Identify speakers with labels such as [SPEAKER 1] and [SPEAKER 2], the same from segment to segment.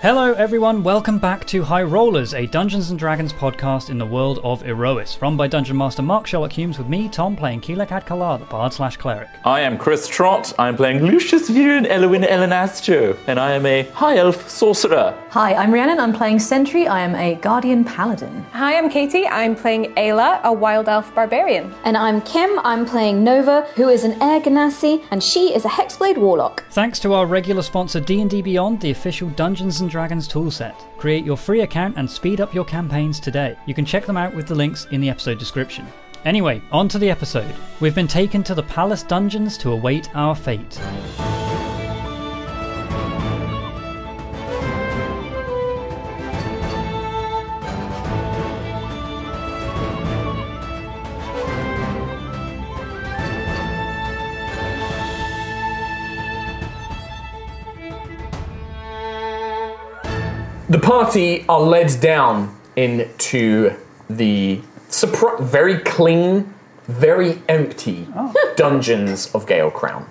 [SPEAKER 1] Hello, everyone. Welcome back to High Rollers, a Dungeons and Dragons podcast in the world of Erois, run by Dungeon Master Mark Sherlock Humes, with me, Tom, playing Keelak Adkalar, the bard slash cleric.
[SPEAKER 2] I am Chris Trott. I'm playing Lucius Viren Elwin Elenastro, and I am a high elf sorcerer.
[SPEAKER 3] Hi, I'm Rhiannon. I'm playing Sentry. I am a Guardian Paladin.
[SPEAKER 4] Hi, I'm Katie. I'm playing Ayla, a wild elf barbarian.
[SPEAKER 5] And I'm Kim. I'm playing Nova, who is an Air Ganassi, and she is a Hexblade Warlock.
[SPEAKER 1] Thanks to our regular sponsor, D&D Beyond, the official Dungeons and Dragons toolset. Create your free account and speed up your campaigns today. You can check them out with the links in the episode description. Anyway, on to the episode. We've been taken to the palace dungeons to await our fate.
[SPEAKER 6] The party are led down into the surpri- very clean, very empty dungeons of Gale Crown.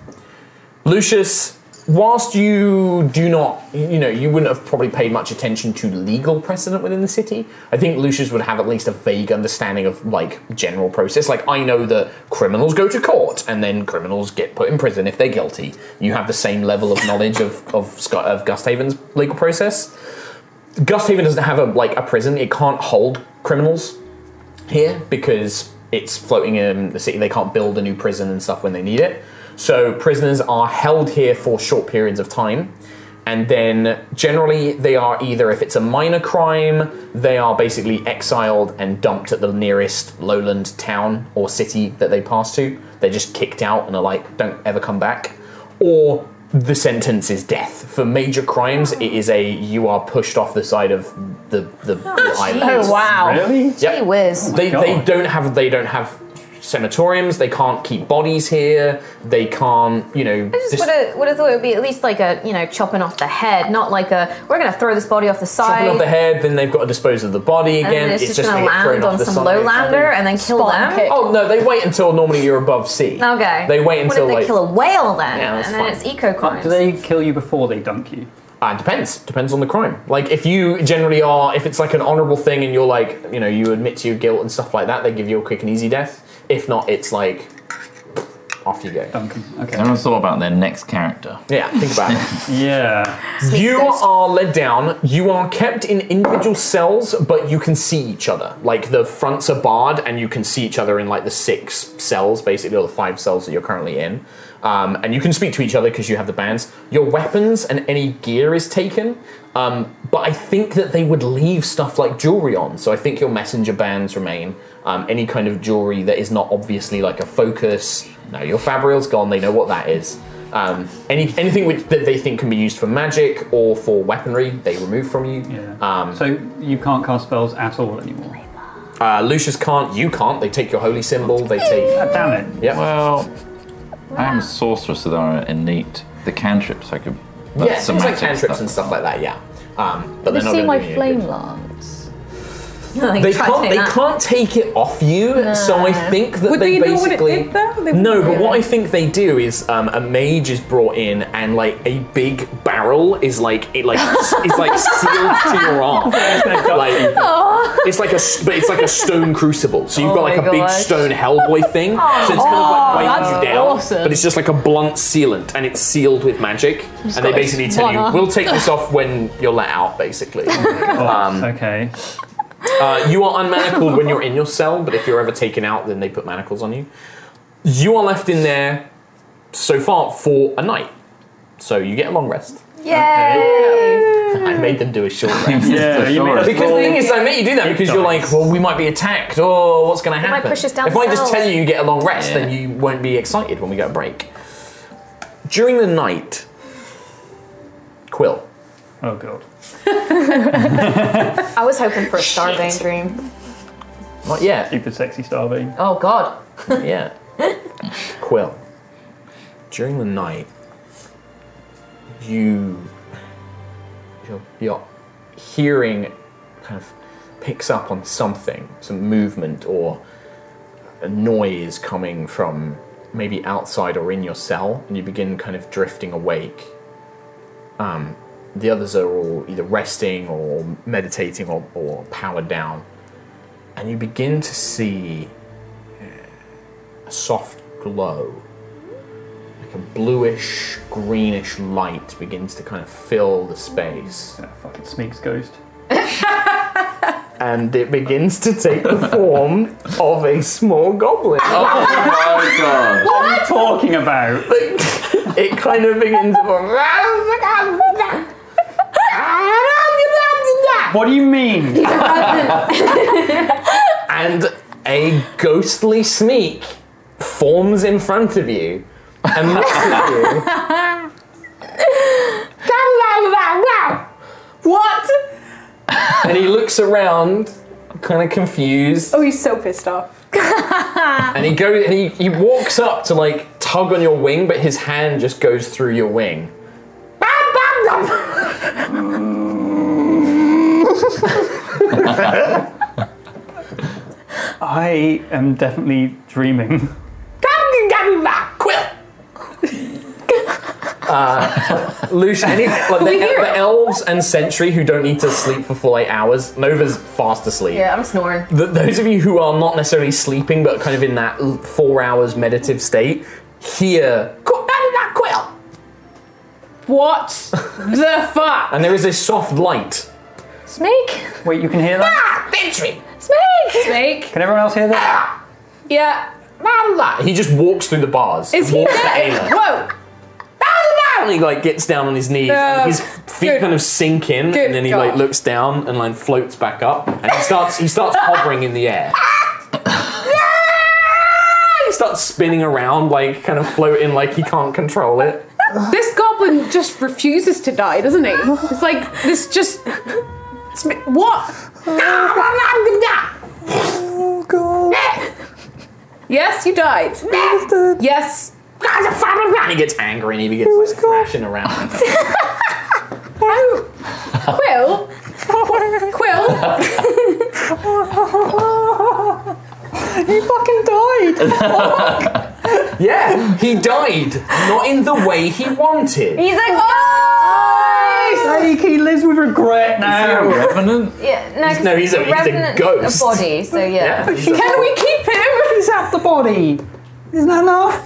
[SPEAKER 6] Lucius, whilst you do not, you know, you wouldn't have probably paid much attention to legal precedent within the city, I think Lucius would have at least a vague understanding of, like, general process. Like, I know that criminals go to court and then criminals get put in prison if they're guilty. You have the same level of knowledge of, of, Scott, of Gusthaven's legal process. Gusthaven doesn't have a like a prison. It can't hold criminals here because it's floating in the city. They can't build a new prison and stuff when they need it. So prisoners are held here for short periods of time. And then generally, they are either, if it's a minor crime, they are basically exiled and dumped at the nearest lowland town or city that they pass to. They're just kicked out and are like, don't ever come back. Or the sentence is death. For major crimes, it is a you are pushed off the side of the, the, the island.
[SPEAKER 3] Oh wow!
[SPEAKER 2] Really?
[SPEAKER 3] Gee whiz.
[SPEAKER 6] They, they
[SPEAKER 2] God.
[SPEAKER 6] don't have they don't have sanatoriums. They can't keep bodies here. They can't you know.
[SPEAKER 3] I just would have, would have thought it would be at least like a you know chopping off the head, not like a we're gonna throw this body off the side.
[SPEAKER 6] chopping off the head. Then they've got to dispose of the body
[SPEAKER 3] And
[SPEAKER 6] again.
[SPEAKER 3] then it's, just,
[SPEAKER 6] just
[SPEAKER 3] gonna
[SPEAKER 6] get thrown
[SPEAKER 3] land
[SPEAKER 6] off
[SPEAKER 3] on
[SPEAKER 6] the
[SPEAKER 3] some
[SPEAKER 6] side.
[SPEAKER 3] lowlander and then kill them.
[SPEAKER 6] Oh no! They wait until normally you're above sea.
[SPEAKER 3] Okay.
[SPEAKER 6] They wait
[SPEAKER 3] What if
[SPEAKER 6] until
[SPEAKER 3] they
[SPEAKER 6] like
[SPEAKER 3] kill a whale then,
[SPEAKER 6] Yeah, that's
[SPEAKER 3] and then
[SPEAKER 6] fine.
[SPEAKER 3] it's eco crimes.
[SPEAKER 7] Do they kill you before they dunk you?
[SPEAKER 6] Uh, it depends. Depends on the crime. Like if you generally are, if it's like an honourable thing and you're like, you know, you admit to your guilt and stuff like that, they give you a quick and easy death. If not, it's like off you go.
[SPEAKER 7] Dunk 'em. Okay.
[SPEAKER 2] Everyone thought about their next character.
[SPEAKER 6] Yeah, think about it.
[SPEAKER 7] Yeah.
[SPEAKER 6] you are led down. You are kept in individual cells, but you can see each other. Like the fronts are barred, and you can see each other in like the six cells, basically, or the five cells that you're currently in. Um, and you can speak to each other because you have the bands. Your weapons and any gear is taken. Um, but I think that they would leave stuff like jewelry on. So I think your messenger bands remain. Um, any kind of jewelry that is not obviously like a focus. No, your fabrial's gone. They know what that is. Um, any anything which, that they think can be used for magic or for weaponry, they remove from you.
[SPEAKER 7] yeah.
[SPEAKER 6] Um,
[SPEAKER 7] so you can't cast spells at all anymore.
[SPEAKER 6] uh, Lucius can't. You can't. They take your holy symbol. They
[SPEAKER 7] Ah,
[SPEAKER 6] take.
[SPEAKER 7] damn it.
[SPEAKER 6] Yep.
[SPEAKER 2] Well, I am a sorceress, so there are innate the cantrips I could.
[SPEAKER 6] yeah,
[SPEAKER 2] that's
[SPEAKER 6] things like
[SPEAKER 2] somatic
[SPEAKER 6] cantrips and stuff like that. Yeah. Um, but they're not
[SPEAKER 8] See
[SPEAKER 6] gonna
[SPEAKER 8] my
[SPEAKER 6] do you any
[SPEAKER 8] flame
[SPEAKER 6] good.
[SPEAKER 8] lance.
[SPEAKER 3] Like,
[SPEAKER 6] They
[SPEAKER 3] try
[SPEAKER 6] can't.
[SPEAKER 3] to
[SPEAKER 6] They
[SPEAKER 3] take that.
[SPEAKER 6] can't take it off you. So I think that
[SPEAKER 4] Would they know what it
[SPEAKER 6] basically.
[SPEAKER 4] did, though? They
[SPEAKER 6] no,
[SPEAKER 4] wouldn't
[SPEAKER 6] but what
[SPEAKER 4] really.
[SPEAKER 6] I think they do is um, a mage is brought in, and like a big barrel is like it like s- is like sealed to your arm. like it's like a s- but it's like a stone crucible. So you've got
[SPEAKER 8] Oh
[SPEAKER 6] like a
[SPEAKER 8] my
[SPEAKER 6] big
[SPEAKER 8] gosh.
[SPEAKER 6] stone Hellboy thing. So it's kind of like weighing
[SPEAKER 8] that's
[SPEAKER 6] you down,
[SPEAKER 8] awesome.
[SPEAKER 6] but it's just like a blunt sealant, and it's sealed with magic. And they
[SPEAKER 8] got this
[SPEAKER 6] basically tell
[SPEAKER 8] one
[SPEAKER 6] you,
[SPEAKER 8] arm.
[SPEAKER 6] "We'll take this off when you're let out." Basically.
[SPEAKER 7] okay.
[SPEAKER 6] Uh, you are unmanacled when you're in your cell, but if you're ever taken out, then they put manacles on you. You are left in there so far for a night. So you get a long rest. I made them do a short rest.
[SPEAKER 7] Yeah, you made us
[SPEAKER 6] Because the
[SPEAKER 7] roll-
[SPEAKER 6] thing is, I made you do that because you're like, well, we might be attacked, or what's going to
[SPEAKER 3] might
[SPEAKER 6] happen?
[SPEAKER 3] push us down
[SPEAKER 6] if I just
[SPEAKER 3] cells.
[SPEAKER 6] tell you you get a long rest,
[SPEAKER 2] Yeah.
[SPEAKER 6] then you won't be excited when we go to break. During the night, Quill,
[SPEAKER 7] Oh god.
[SPEAKER 3] I was hoping for a starving dream.
[SPEAKER 6] not yet,
[SPEAKER 7] Keep the sexy starving.
[SPEAKER 3] Oh god.
[SPEAKER 6] Yeah. Quill, during the night, you your, your hearing kind of picks up on something, some movement or a noise coming from maybe outside or in your cell, and you begin kind of drifting awake. Um, The others are all either resting or meditating or, or powered down. And you begin to see uh, a soft glow. Like a bluish, greenish light begins to kind of fill the space.
[SPEAKER 7] Yeah, fucking Smeag's ghost.
[SPEAKER 6] and it begins to take the form of a small goblin.
[SPEAKER 2] my Oh, god.
[SPEAKER 7] What are you talking about?
[SPEAKER 6] It kind of begins to form.
[SPEAKER 3] Oh
[SPEAKER 7] What do you mean?
[SPEAKER 6] And a ghostly sneak forms in front of you and looks at you. what? And he looks around, kind of confused.
[SPEAKER 4] Oh, he's so pissed off.
[SPEAKER 6] And he goes and he, he walks up to like tug on your wing, but his hand just goes through your wing.
[SPEAKER 7] I am definitely dreaming.
[SPEAKER 6] Quill. uh, Lucia, any, like the, the elves and sentry who don't need to sleep for full eight hours. Nova's fast asleep.
[SPEAKER 3] Yeah, I'm snoring.
[SPEAKER 6] Th- those of you who are not necessarily sleeping but kind of in that l- four hours meditative state hear "Qu- ah, ah, Quill.
[SPEAKER 8] What the fuck?
[SPEAKER 6] And there is a soft light.
[SPEAKER 8] Snake?
[SPEAKER 7] Wait, you can hear that?
[SPEAKER 6] Sentry.
[SPEAKER 8] Snake! Snake?
[SPEAKER 7] Can everyone else hear that?
[SPEAKER 8] Yeah.
[SPEAKER 6] Blah, blah. Ah, He just walks through the bars.
[SPEAKER 8] Is he
[SPEAKER 6] walks to
[SPEAKER 8] there?
[SPEAKER 6] Ayla.
[SPEAKER 8] Whoa!
[SPEAKER 6] and he like gets down on his knees
[SPEAKER 8] Oh,
[SPEAKER 6] and his feet
[SPEAKER 8] good.
[SPEAKER 6] kind of sink in
[SPEAKER 8] Good
[SPEAKER 6] and then he
[SPEAKER 8] God.
[SPEAKER 6] like looks down and like floats back up and he starts he starts hovering in the air he starts spinning around like kind of floating like he can't control it
[SPEAKER 8] This goblin just refuses to die, doesn't he? It's like this just. it's mi- What? yes, you died. Yes.
[SPEAKER 6] and he gets angry and he begins like thrashing around
[SPEAKER 8] Quill. Quill.
[SPEAKER 6] yeah he died not in the way he wanted
[SPEAKER 3] He's like, oh!
[SPEAKER 7] Like, he lives with regret now.
[SPEAKER 2] Revenant?
[SPEAKER 3] Yeah, no, 'cause
[SPEAKER 6] no, he's a- he's a
[SPEAKER 3] remnant's
[SPEAKER 6] ghost.
[SPEAKER 3] A body, so yeah.
[SPEAKER 6] yeah he's a-
[SPEAKER 8] Can we keep him?
[SPEAKER 7] He's half the body. Isn't that enough?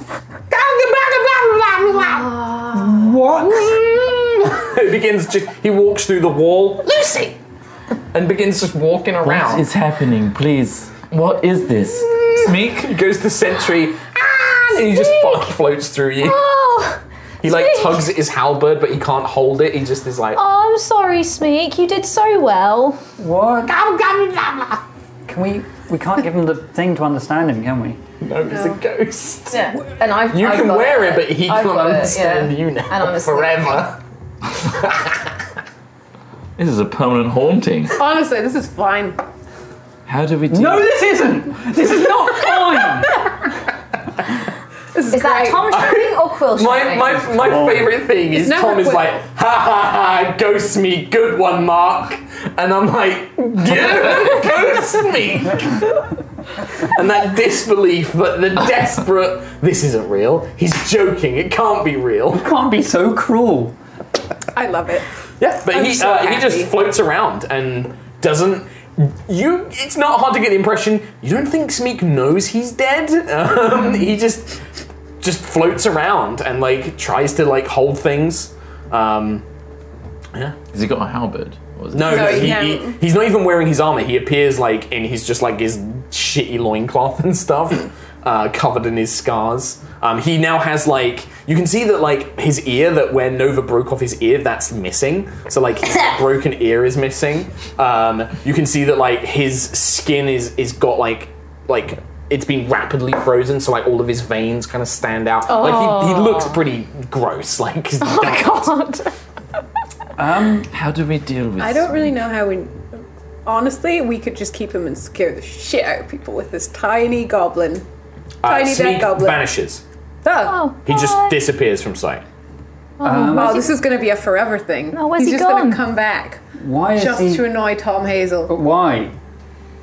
[SPEAKER 7] What?
[SPEAKER 6] he begins just he walks through the wall
[SPEAKER 3] Lucy!
[SPEAKER 6] and begins just walking
[SPEAKER 2] What
[SPEAKER 6] around
[SPEAKER 2] is happening, please? What is this?
[SPEAKER 6] Meek goes to Sentry, and he just fuck floats through you.
[SPEAKER 5] Oh,
[SPEAKER 6] He like
[SPEAKER 5] Sneak.
[SPEAKER 6] tugs at his halberd, but he can't hold it. He just is like,
[SPEAKER 5] oh, I'm sorry, Smeek. You did so well.
[SPEAKER 7] What? Can we? We can't give him the thing to understand him, can we?
[SPEAKER 6] no, he's a ghost.
[SPEAKER 3] Yeah. And I've,
[SPEAKER 6] You
[SPEAKER 3] I've
[SPEAKER 6] can
[SPEAKER 3] got
[SPEAKER 6] wear it, but he
[SPEAKER 3] I've
[SPEAKER 6] can't
[SPEAKER 3] got it,
[SPEAKER 6] understand
[SPEAKER 3] yeah.
[SPEAKER 6] you now
[SPEAKER 3] And I'm asleep.
[SPEAKER 6] forever.
[SPEAKER 2] This is a permanent haunting.
[SPEAKER 8] Honestly, this is fine.
[SPEAKER 2] How do we do
[SPEAKER 7] No, this isn't. This is not fine.
[SPEAKER 8] This is,
[SPEAKER 3] Is that
[SPEAKER 8] great.
[SPEAKER 3] Tom shouting or Quill
[SPEAKER 6] My
[SPEAKER 3] shouting?
[SPEAKER 6] my, my favorite thing is
[SPEAKER 8] It's never
[SPEAKER 6] Tom is
[SPEAKER 8] quick.
[SPEAKER 6] like, ha ha ha, ghost me, good one, Mark, and I'm like, yeah, ghost me. And that disbelief, but the desperate, this isn't real. He's joking. It can't be real.
[SPEAKER 7] Can't be so cruel.
[SPEAKER 8] I love it.
[SPEAKER 6] Yeah, but
[SPEAKER 8] I'm
[SPEAKER 6] he
[SPEAKER 8] so
[SPEAKER 6] uh, he
[SPEAKER 8] happy.
[SPEAKER 6] just floats around and doesn't. You, it's not hard to get the impression you don't think Smeek knows he's dead. Um, he just just floats around and like tries to like hold things. Um,
[SPEAKER 2] Has he got a halberd? Or is it-
[SPEAKER 6] no,
[SPEAKER 8] No, he
[SPEAKER 6] he, he,
[SPEAKER 8] can't.
[SPEAKER 6] he's not even wearing his armor. He appears like in his just like his shitty loincloth and stuff, uh, covered in his scars. Um, he now has like you can see that like his ear that where Nova broke off his ear that's missing. So like his broken ear is missing. Um, you can see that like his skin is is got like like it's been rapidly frozen, so like all of his veins kind of stand out. Like
[SPEAKER 8] Oh.
[SPEAKER 6] he, he looks pretty gross. Like he's dark.
[SPEAKER 2] How do we deal with
[SPEAKER 8] I don't really know how we. Honestly, we could just keep him and scare the shit out of people with this tiny goblin.
[SPEAKER 6] Uh,
[SPEAKER 8] Tiny dead
[SPEAKER 6] Smeek
[SPEAKER 8] goblin.
[SPEAKER 6] vanishes.
[SPEAKER 8] Oh,
[SPEAKER 6] He just disappears from sight.
[SPEAKER 8] wow, Oh, this is going to be a forever thing.
[SPEAKER 5] Oh, where's he
[SPEAKER 8] He's just going
[SPEAKER 5] gone?
[SPEAKER 8] to come back
[SPEAKER 7] Why is
[SPEAKER 8] just
[SPEAKER 7] he?
[SPEAKER 8] to annoy Tom Hazel.
[SPEAKER 7] but why?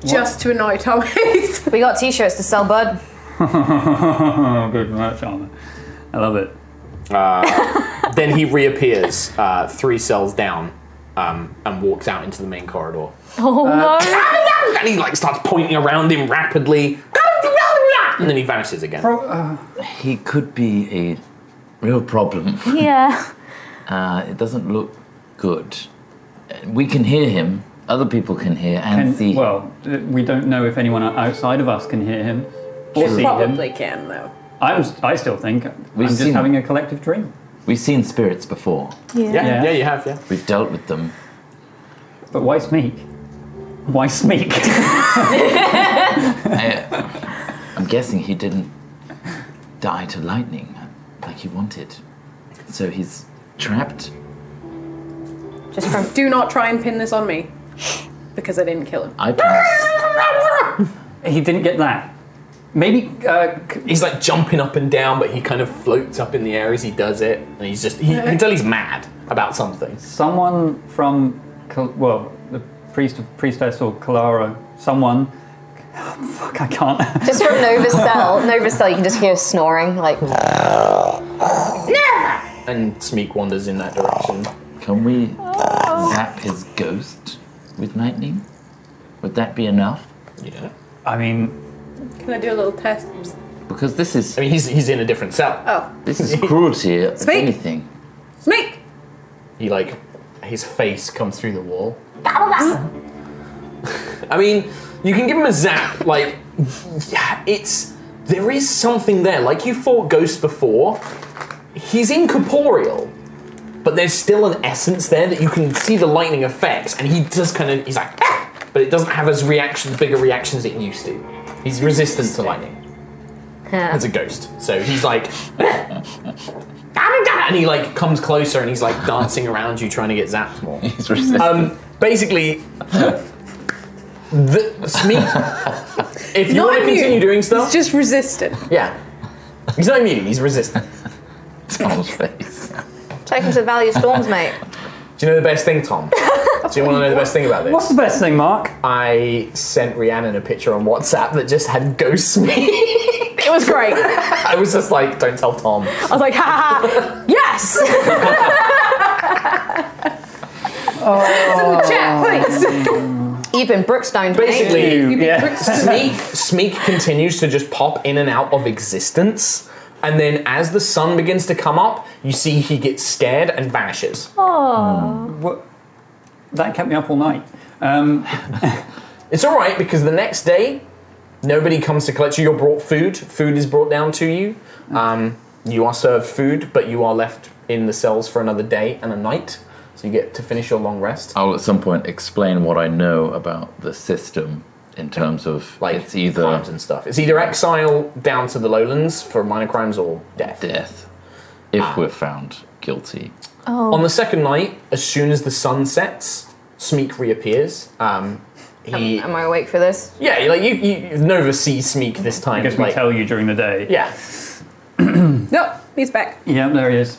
[SPEAKER 8] Just to annoy Tom Hazel.
[SPEAKER 3] We got t shirts to sell, bud.
[SPEAKER 7] Good merch armor. I love it.
[SPEAKER 6] then he reappears uh, three cells down um, and walks out into the main corridor. Uh,
[SPEAKER 5] Oh no!
[SPEAKER 6] And he like starts pointing around him rapidly. And then he vanishes again.
[SPEAKER 9] He could be a real problem.
[SPEAKER 5] Yeah.
[SPEAKER 9] Uh, it doesn't look good. Uh, We can hear him. Other people can hear, and,
[SPEAKER 7] And,
[SPEAKER 9] the
[SPEAKER 7] well, uh, we don't know if anyone outside of us can hear him or see him.
[SPEAKER 8] Probably can though.
[SPEAKER 7] I'm, I still think I'm
[SPEAKER 9] We've
[SPEAKER 7] just
[SPEAKER 9] seen-
[SPEAKER 7] having a collective dream.
[SPEAKER 9] we've seen spirits before.
[SPEAKER 6] yeah,
[SPEAKER 7] Yeah.
[SPEAKER 6] yeah, you have, yeah.
[SPEAKER 9] We've dealt with them.
[SPEAKER 7] But why Smeek? Why Smeek?
[SPEAKER 9] I, am guessing he didn't die to lightning like he wanted. So he's trapped.
[SPEAKER 8] Just from do not try and pin this on me because I didn't kill him.
[SPEAKER 9] I promise.
[SPEAKER 7] he didn't get that. Maybe uh, c-
[SPEAKER 6] He's like jumping up and down, but he kind of floats up in the air as he does it. And he's just, he, you can tell he's mad about something.
[SPEAKER 7] someone from Cal- well, the priest of priestess or Kalara, someone. fuck, I can't.
[SPEAKER 3] Just from Nova's cell, Nova's cell, you can just hear snoring. Like,
[SPEAKER 6] And Smeek wanders in that direction.
[SPEAKER 9] Can we zap his ghost with lightning? Would that be enough?
[SPEAKER 6] Yeah.
[SPEAKER 7] I mean,
[SPEAKER 8] Can I do a little test?
[SPEAKER 9] Because this is
[SPEAKER 6] I mean, he's, he's in a different cell.
[SPEAKER 8] Oh,
[SPEAKER 9] this is cruelty. if
[SPEAKER 8] Speak.
[SPEAKER 9] anything.
[SPEAKER 8] snake!
[SPEAKER 6] He like, his face comes through the wall. I mean, you can give him a zap. Like, yeah, it's there is something there. Like you fought Ghost before. He's incorporeal, but there's still an essence there that you can see the lightning effects, and he just kind of he's like, "Ah!" but it doesn't have as reaction, bigger reactions it used to. He's resistant to lightning as a ghost, so he's like. "Ah!" And he like comes closer and he's like dancing around you, trying to get zapped more
[SPEAKER 9] He's resistant.
[SPEAKER 6] um, basically, the Smeek. if you
[SPEAKER 8] Not
[SPEAKER 6] want to continue
[SPEAKER 8] immune.
[SPEAKER 6] doing stuff,
[SPEAKER 8] It's just resistant.
[SPEAKER 6] yeah. He's not immune. He's resistant.
[SPEAKER 9] Tom's face.
[SPEAKER 3] take him to the Valley of Storms, mate.
[SPEAKER 6] Do you know the best thing, Tom? Do you want to know the best thing about
[SPEAKER 7] what's
[SPEAKER 6] this?
[SPEAKER 7] the best thing, Mark?
[SPEAKER 6] I sent Rhiannon a picture on WhatsApp that just had ghost Smeek.
[SPEAKER 8] It was great. I
[SPEAKER 6] I was just like, don't tell Tom.
[SPEAKER 8] was like, ha ha ha. Yes! It's in the chat, please.
[SPEAKER 3] You've been Oh. Brookstone, mate.
[SPEAKER 6] Basically,
[SPEAKER 7] yeah.
[SPEAKER 6] Smeek, Smeek continues to just pop in and out of existence. And then as the sun begins to come up, you see he gets scared and vanishes.
[SPEAKER 7] What- That kept me up all night. Um,
[SPEAKER 6] It's all right because the next day, nobody comes to collect you. You're brought food. Food is brought down to you. Um, you are served food, but you are left in the cells for another day and a night. So you get to finish your long rest.
[SPEAKER 9] I'll at some point explain what I know about the system in terms of
[SPEAKER 6] Like
[SPEAKER 9] it's either
[SPEAKER 6] crimes and stuff. It's either exile down to the lowlands for minor crimes or death.
[SPEAKER 9] death Ah. if we're found guilty.
[SPEAKER 6] On the second night, as soon as the sun sets, Smeek reappears. Um, he,
[SPEAKER 3] Am I awake for this?
[SPEAKER 6] yeah, like you, you, Nova sees Smeek this time.
[SPEAKER 7] I guess we
[SPEAKER 6] like-
[SPEAKER 7] tell you during the day.
[SPEAKER 6] yeah,
[SPEAKER 8] No, he's back.
[SPEAKER 7] Yeah, there he is.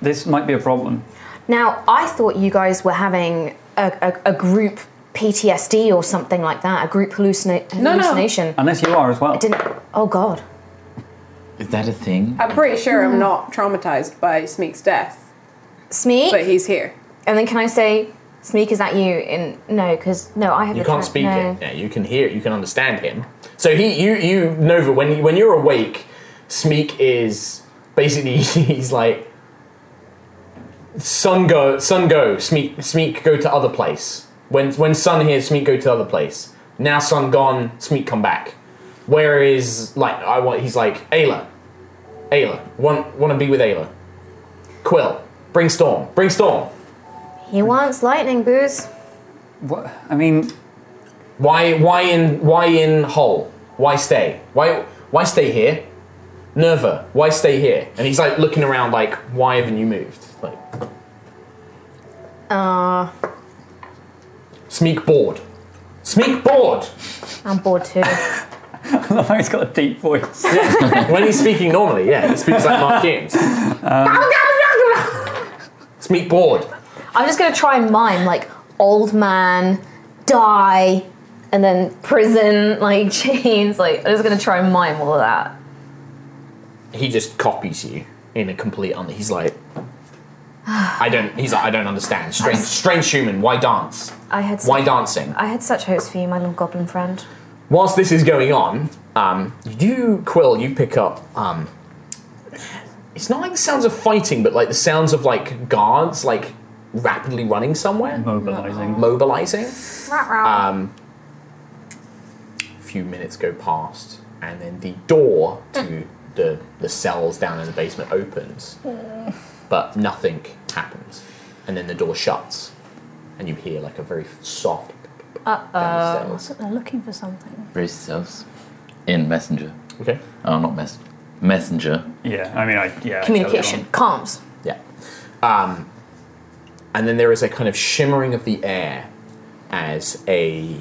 [SPEAKER 7] This might be a problem.
[SPEAKER 3] Now, I thought you guys were having a, a, a group PTSD or something like that, a group hallucina-
[SPEAKER 8] no.
[SPEAKER 3] hallucination.
[SPEAKER 7] Unless you are as well.
[SPEAKER 3] Didn't, oh, God.
[SPEAKER 9] Is that a thing?
[SPEAKER 8] I'm pretty sure I'm not traumatized by Smeek's death,
[SPEAKER 3] Smeek?
[SPEAKER 8] but he's here.
[SPEAKER 3] and then can I say, Smeek, is that you? In No, because, no, I have
[SPEAKER 6] You
[SPEAKER 3] the
[SPEAKER 6] can't
[SPEAKER 3] tra-
[SPEAKER 6] speak
[SPEAKER 3] no.
[SPEAKER 6] it. Yeah, you can hear it. You can understand him. So he, you, you, Nova. When when you're awake, Smeek is basically he's like Sun go, Sun go, Smeek, Smeek go to other place. When when Sun here, Smeek go to other place. Now Sun gone, Smeek come back. Where is like I want? He's like Ayla, Ayla. Want want to be with Ayla? Quill, bring Storm, bring Storm.
[SPEAKER 3] He wants lightning, booze.
[SPEAKER 7] What? I mean,
[SPEAKER 6] Why why in why in Hull? Why stay? Why why stay here? Nerva, why stay here? And he's like looking around like, why haven't you moved? Like
[SPEAKER 3] Uh,
[SPEAKER 6] Smeek bored. Smeek bored!
[SPEAKER 3] I'm bored too.
[SPEAKER 7] I love how he's got a deep voice.
[SPEAKER 6] when he's speaking normally, yeah, he speaks like Mark Games. Smeek bored.
[SPEAKER 3] I'm just gonna try and mime like old man, die, and then prison, like chains. Like I'm just gonna try and mime all of that.
[SPEAKER 6] He just copies you. in a complete. Un- he's like, I don't. He's like, I don't understand. Strange, strange human. Why dance?
[SPEAKER 3] I had
[SPEAKER 6] Why dancing?
[SPEAKER 3] I had such hopes for you, my little goblin friend.
[SPEAKER 6] Whilst this is going on, um, you do Quill. You pick up. Um, it's not like the sounds of fighting, but like the sounds of like guards like rapidly running somewhere,
[SPEAKER 7] Mobilizing.
[SPEAKER 6] mobilizing.
[SPEAKER 3] Rah,
[SPEAKER 6] Um, a few minutes go past, and then the door to the, the cells down in the basement opens, but nothing happens. And then the door shuts, and you hear like a very soft. Uh
[SPEAKER 3] rah. They're looking for something.
[SPEAKER 9] Brace yourselves. In Messenger.
[SPEAKER 6] Okay.
[SPEAKER 9] Oh, not mess. Messenger.
[SPEAKER 7] Yeah, I mean, I, yeah. I
[SPEAKER 3] Communication, comms.
[SPEAKER 6] Yeah. Um, and then there is a kind of shimmering of the air as a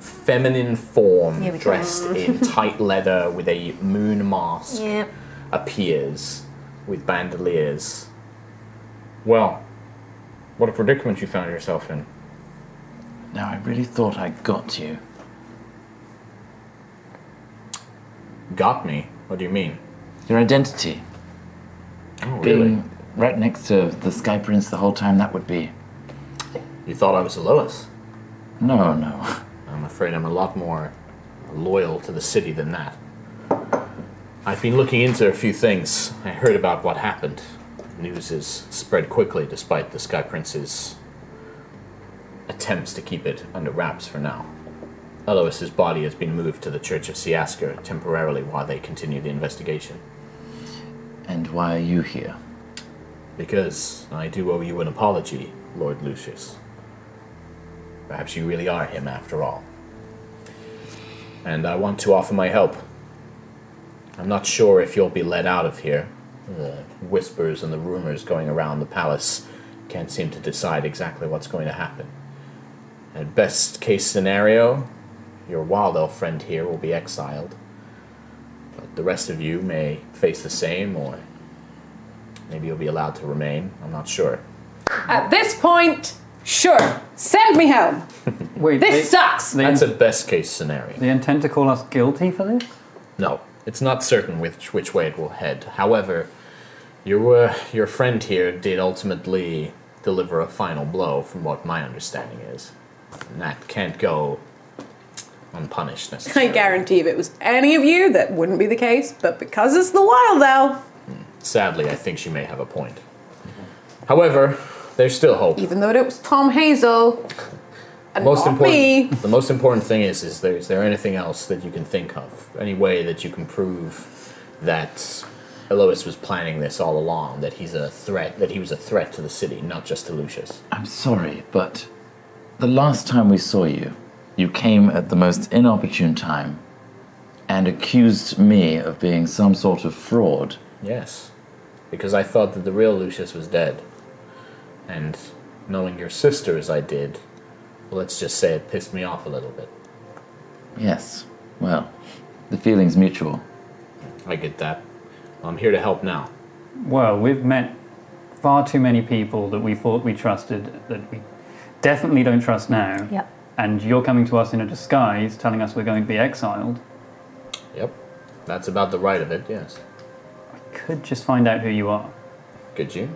[SPEAKER 6] feminine form
[SPEAKER 3] Here we go.
[SPEAKER 6] dressed in tight leather with a moon mask
[SPEAKER 3] Yeah.
[SPEAKER 6] appears with bandoliers. Well, what a predicament you found yourself in.
[SPEAKER 9] Now, I really thought I got you.
[SPEAKER 6] Got me? What do you mean?
[SPEAKER 9] Your identity.
[SPEAKER 6] Oh,
[SPEAKER 9] Being right next to the Sky Prince the whole time, that would be.
[SPEAKER 6] You thought I was the lowest?
[SPEAKER 9] No, no.
[SPEAKER 6] I'm afraid I'm a lot more loyal to the city than that. I've been looking into a few things. I heard about what happened. News is spread quickly despite the Sky Prince's attempts to keep it under wraps for now. Elois's body has been moved to the Church of Siaska temporarily while they continue the investigation.
[SPEAKER 9] And why are you here?
[SPEAKER 6] Because I do owe you an apology, Lord Lucius. Perhaps you really are him after all. And I want to offer my help. I'm not sure if you'll be let out of here. The whispers and the rumors going around the palace can't seem to decide exactly what's going to happen. At best case scenario, your wild elf friend here will be exiled. But the rest of you may face the same or Maybe you'll be allowed to remain. I'm not sure.
[SPEAKER 8] At this point, sure, send me home.
[SPEAKER 7] Wait,
[SPEAKER 8] This
[SPEAKER 7] they,
[SPEAKER 8] sucks.
[SPEAKER 7] they,
[SPEAKER 6] That's a best case scenario.
[SPEAKER 7] they intend to call us guilty for this?
[SPEAKER 6] No, it's not certain which which way it will head. However, your uh, your friend here did ultimately deliver a final blow, from what my understanding is, and that can't go unpunished
[SPEAKER 8] I
[SPEAKER 6] necessarily.
[SPEAKER 8] guarantee if it was any of you, that wouldn't be the case, but because it's the wild elf,
[SPEAKER 6] Sadly, I think she may have a point. However, there's still hope.
[SPEAKER 8] even though it was Tom Hazel and
[SPEAKER 6] most
[SPEAKER 8] not
[SPEAKER 6] important
[SPEAKER 8] me,
[SPEAKER 6] the most important thing is is there is there anything else that you can think of any way that you can prove that Elois was planning this all along that he's a threat that he was a threat to the city not just to Lucius
[SPEAKER 9] I'm sorry, but the last time we saw you, you came at the most inopportune time and accused me of being some sort of fraud.
[SPEAKER 6] yes because I thought that the real Lucius was dead and knowing your sister as I did well, let's just say it pissed me off a little bit
[SPEAKER 9] Yes, well, the feeling's mutual.
[SPEAKER 6] I get that I'm here to help now
[SPEAKER 7] Well, we've met far too many people that we thought we trusted that we definitely don't trust now.
[SPEAKER 3] Yep.
[SPEAKER 7] And you're coming to us in a disguise, telling us we're going to be exiled.
[SPEAKER 6] yep that's about the right of it yes
[SPEAKER 7] Could just find out who you are.
[SPEAKER 6] Could you?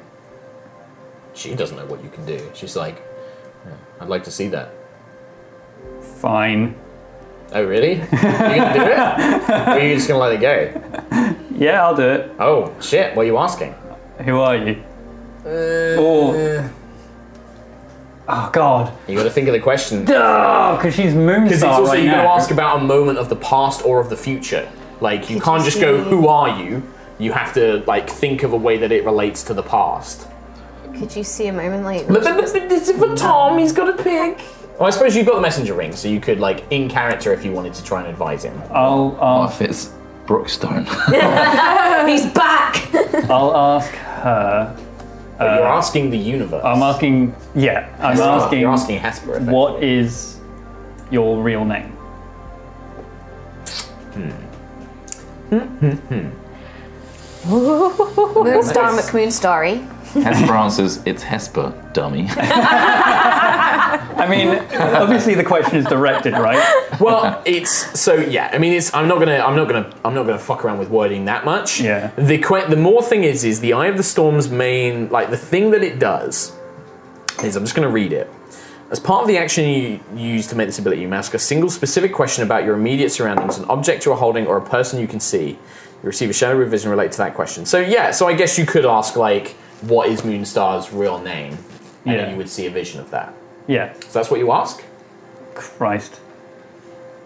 [SPEAKER 6] She doesn't know what you can do. She's like, "Yeah, I'd like to see that.
[SPEAKER 7] Fine.
[SPEAKER 6] Oh, really? you gonna do it? Or are you just gonna let it go?
[SPEAKER 7] Yeah, I'll do it.
[SPEAKER 6] Oh, shit, what are you asking?
[SPEAKER 7] Who are you?
[SPEAKER 6] Uh,
[SPEAKER 7] oh. Oh God.
[SPEAKER 6] You gotta think of the question.
[SPEAKER 7] Oh, because she's Moonstar
[SPEAKER 6] Because it's also,
[SPEAKER 7] right
[SPEAKER 6] you gotta
[SPEAKER 7] now.
[SPEAKER 6] ask about a moment of the past or of the future. Like, you can't just go,
[SPEAKER 3] PTSD.
[SPEAKER 6] who are you? You have to, like, think of a way that it relates to the past.
[SPEAKER 3] Could you see a moment like
[SPEAKER 6] But, but, but this is for Tom, he's got a pick. Well, I suppose you've got the messenger ring, so you could, like, in character if you wanted to try and advise him.
[SPEAKER 7] I'll ask.
[SPEAKER 9] If it's Brookstone.
[SPEAKER 3] he's back?
[SPEAKER 7] I'll ask her.
[SPEAKER 6] But you're asking the universe.
[SPEAKER 7] I'm asking. Yeah, I'm
[SPEAKER 6] You're
[SPEAKER 7] asking.
[SPEAKER 6] You're asking Hesper. effectively.
[SPEAKER 7] What is your real name?
[SPEAKER 3] Moonstar McMoonstarry.
[SPEAKER 9] Hesper answers, it's Hesper, dummy.
[SPEAKER 7] I mean, obviously the question is directed, right?
[SPEAKER 6] Well, it's so yeah. I mean, it's I'm not gonna I'm not gonna I'm not gonna fuck around with wording that much.
[SPEAKER 7] Yeah.
[SPEAKER 6] The que- the more thing is is the Eye of the Storm's main like the thing that it does is I'm just gonna read it. As part of the action you you use to make this ability, you may ask a single specific question about your immediate surroundings, an object you are holding, or a person you can see. You receive a shadow revision related to that question. So yeah, so I guess you could ask like, what is Moonstar's real name? And
[SPEAKER 7] Yeah.
[SPEAKER 6] then you would see a vision of that.
[SPEAKER 7] Yeah.
[SPEAKER 6] So that's what you ask.
[SPEAKER 7] Christ.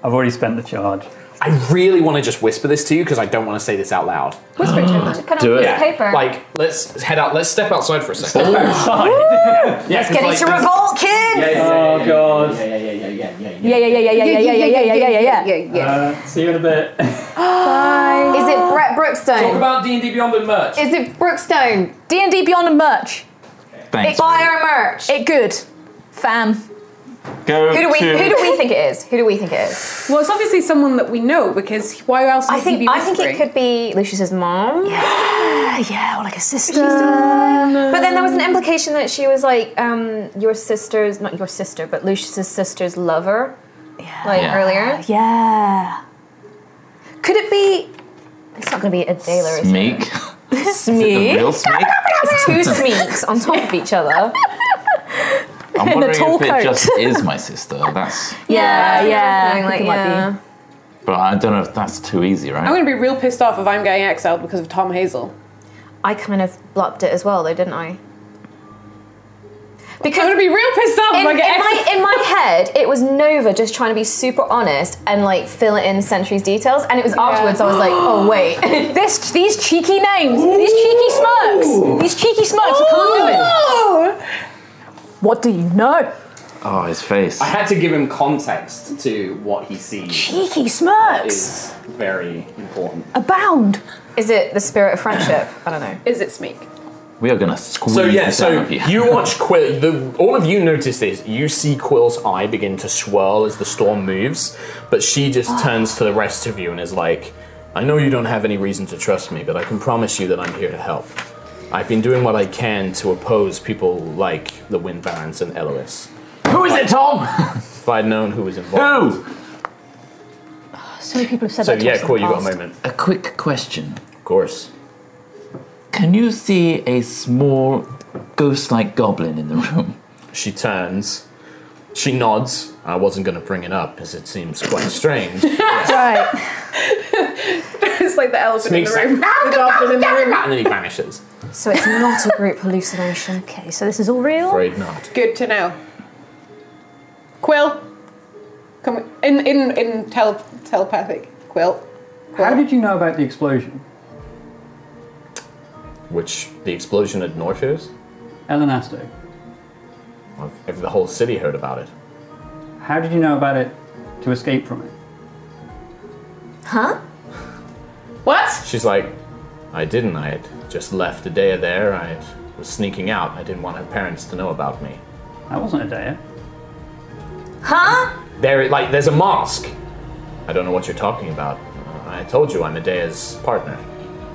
[SPEAKER 7] I've already spent the charge.
[SPEAKER 6] I really want to just whisper this to you because I don't want to say this out loud.
[SPEAKER 5] Whisper to him. Cut
[SPEAKER 9] Do
[SPEAKER 5] off
[SPEAKER 9] it.
[SPEAKER 5] his paper.
[SPEAKER 6] Mm. Like, let's head out. Let's step outside for a second.
[SPEAKER 9] Oh
[SPEAKER 6] yeah,
[SPEAKER 3] Get into revolt, kids!
[SPEAKER 7] Oh, God.
[SPEAKER 6] Yeah, yeah, yeah, yeah, yeah, yeah.
[SPEAKER 5] yeah, yeah, yeah, yeah, yeah, yeah, yeah, yeah, yeah, yeah, yeah, yeah.
[SPEAKER 8] yeah.
[SPEAKER 7] Uh, see you in a bit.
[SPEAKER 3] Is it Brett
[SPEAKER 6] Talk
[SPEAKER 3] Brookstone?
[SPEAKER 6] about D and D Beyond and merch.
[SPEAKER 3] Is it Brookstone?
[SPEAKER 5] D&D Beyond and merch.
[SPEAKER 9] Thanks.
[SPEAKER 3] Buy our merch.
[SPEAKER 5] It good. Fam.
[SPEAKER 2] Go
[SPEAKER 3] Who do we
[SPEAKER 2] to
[SPEAKER 3] who do we think it is? Who do we think it is?
[SPEAKER 8] Well, it's obviously someone that we know because why else would
[SPEAKER 3] I
[SPEAKER 8] he
[SPEAKER 3] think
[SPEAKER 8] be
[SPEAKER 3] I think
[SPEAKER 8] whispering?
[SPEAKER 3] it could be Lucius's mom. Yeah, yeah, or like a sister. But then there was an implication that she was like um, your sister's, not your sister, but Lucius's sister's lover. Yeah. Like
[SPEAKER 9] Yeah.
[SPEAKER 3] earlier.
[SPEAKER 5] Yeah.
[SPEAKER 3] Could it be? It's not going to be a Daler, is it?
[SPEAKER 9] Smeek. The
[SPEAKER 3] Smeek.
[SPEAKER 9] real Smeek.
[SPEAKER 3] It's two Smeeks on top of each other.
[SPEAKER 9] I'm
[SPEAKER 5] In a
[SPEAKER 9] wondering
[SPEAKER 5] tall
[SPEAKER 9] if it
[SPEAKER 5] coat.
[SPEAKER 9] just is my sister. That's.
[SPEAKER 5] Yeah, yeah.
[SPEAKER 3] Something
[SPEAKER 5] I
[SPEAKER 3] like,
[SPEAKER 5] think it might be.
[SPEAKER 3] yeah.
[SPEAKER 9] But I don't know if that's too easy, right?
[SPEAKER 8] I'm going to be real pissed off if I'm getting exiled because of Tom Hazel.
[SPEAKER 3] I kind of blocked it as well, though, didn't I?
[SPEAKER 8] I'm
[SPEAKER 3] Because
[SPEAKER 8] going to be real pissed off
[SPEAKER 4] Oh
[SPEAKER 3] in,
[SPEAKER 8] if I
[SPEAKER 3] in
[SPEAKER 8] get exiled.
[SPEAKER 3] my, in my head, it was Nova just trying to be super honest and like fill it in Sentry's details, and it was afterwards I was like, oh wait,
[SPEAKER 5] This, these cheeky names, these cheeky smirks, these cheeky smirks are conduit.
[SPEAKER 6] Oh.
[SPEAKER 5] What do you know?
[SPEAKER 9] oh, his face.
[SPEAKER 10] I had to give him context to what he sees
[SPEAKER 5] Cheeky smirks
[SPEAKER 10] is very important.
[SPEAKER 5] abound.
[SPEAKER 3] is it the spirit of friendship? I don't know.
[SPEAKER 8] Is it Smeek?
[SPEAKER 9] We are going to squeeze
[SPEAKER 6] So yeah,
[SPEAKER 9] this
[SPEAKER 6] so
[SPEAKER 9] out of you.
[SPEAKER 6] you watch Quill. The, all of you notice this. You see Quill's eye begin to swirl as the storm moves, but she just turns to the rest of you and is like, "I know you don't have any reason to trust me, but I can promise you that I'm here to help. I've been doing what I can to oppose people like the Wind Barons and Elois.
[SPEAKER 9] Who is it, Tom?
[SPEAKER 6] If I'd known who was involved,
[SPEAKER 9] Who?
[SPEAKER 5] So many people have said
[SPEAKER 6] so
[SPEAKER 5] that to us
[SPEAKER 6] yeah,
[SPEAKER 5] in
[SPEAKER 6] Quill,
[SPEAKER 5] the
[SPEAKER 6] Oh, you got a
[SPEAKER 5] past.
[SPEAKER 6] moment.
[SPEAKER 9] A quick question.
[SPEAKER 6] Of course.
[SPEAKER 9] Can you see a small ghost like goblin in the room?
[SPEAKER 6] She turns. She nods. I wasn't going to bring it up, as it seems quite strange.
[SPEAKER 5] Right.
[SPEAKER 8] It's like the elephant in
[SPEAKER 6] Smeek's
[SPEAKER 8] the room.
[SPEAKER 6] like,
[SPEAKER 8] the goblin in the room.
[SPEAKER 6] and then he vanishes.
[SPEAKER 3] So it's not a group hallucination.
[SPEAKER 5] Okay, so this is all real.
[SPEAKER 6] Afraid not.
[SPEAKER 8] Good to know. Quill, come in in in tele- telepathic. Quill,
[SPEAKER 7] How did you know about the explosion?
[SPEAKER 6] Which the explosion at Norfus?
[SPEAKER 7] Ellen Asto,
[SPEAKER 6] If the whole city heard about it.
[SPEAKER 7] how did you know about it to escape from it?
[SPEAKER 3] Huh?
[SPEAKER 8] what?
[SPEAKER 6] She's like, I didn't. I had just left a day there. I had- was sneaking out. I didn't want her parents to know about me.
[SPEAKER 7] That wasn't a day.
[SPEAKER 3] Huh?
[SPEAKER 6] There, like, there's a mask. I don't know what you're talking about. Uh, I told you I'm Medea's partner.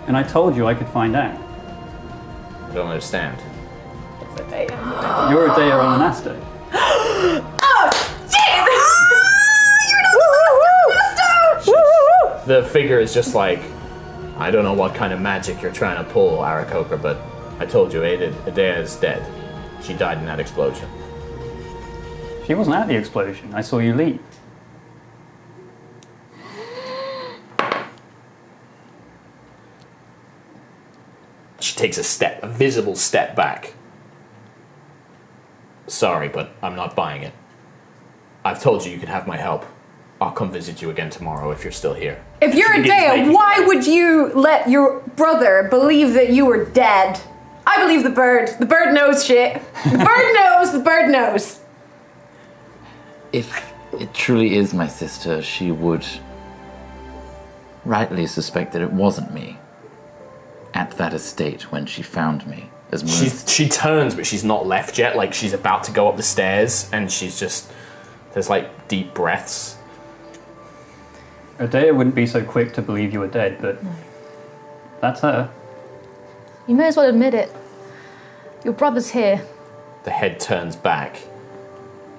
[SPEAKER 7] And I told you I could find out.
[SPEAKER 6] I don't understand.
[SPEAKER 7] You're a day Ellen Asto.
[SPEAKER 4] Oh, Ah,
[SPEAKER 6] The figure is just like, I don't know what kind of magic you're trying to pull, Arakoker, but I told you Ada- Adea is dead. She died in that explosion.
[SPEAKER 7] She wasn't at the explosion. I saw you leave.
[SPEAKER 6] She takes a step, a visible step back. Sorry, but I'm not buying it. I've told you you can have my help. I'll come visit you again tomorrow if you're still here.
[SPEAKER 4] If you're a
[SPEAKER 6] begins
[SPEAKER 4] Dale,
[SPEAKER 6] making-
[SPEAKER 4] why would you let your brother believe that you were dead? I believe the bird. The bird knows shit. The bird knows. The bird knows.
[SPEAKER 9] If it truly is my sister, she would rightly suspect that it wasn't me at that estate when she found me. As
[SPEAKER 6] She
[SPEAKER 9] Moon.
[SPEAKER 6] she turns, but she's not left yet. Like she's about to go up the stairs, and she's just there's like deep breaths.
[SPEAKER 7] Adea wouldn't be so quick to believe you were dead, but that's her.
[SPEAKER 5] You may as well admit it. Your brother's here.
[SPEAKER 6] The head turns back,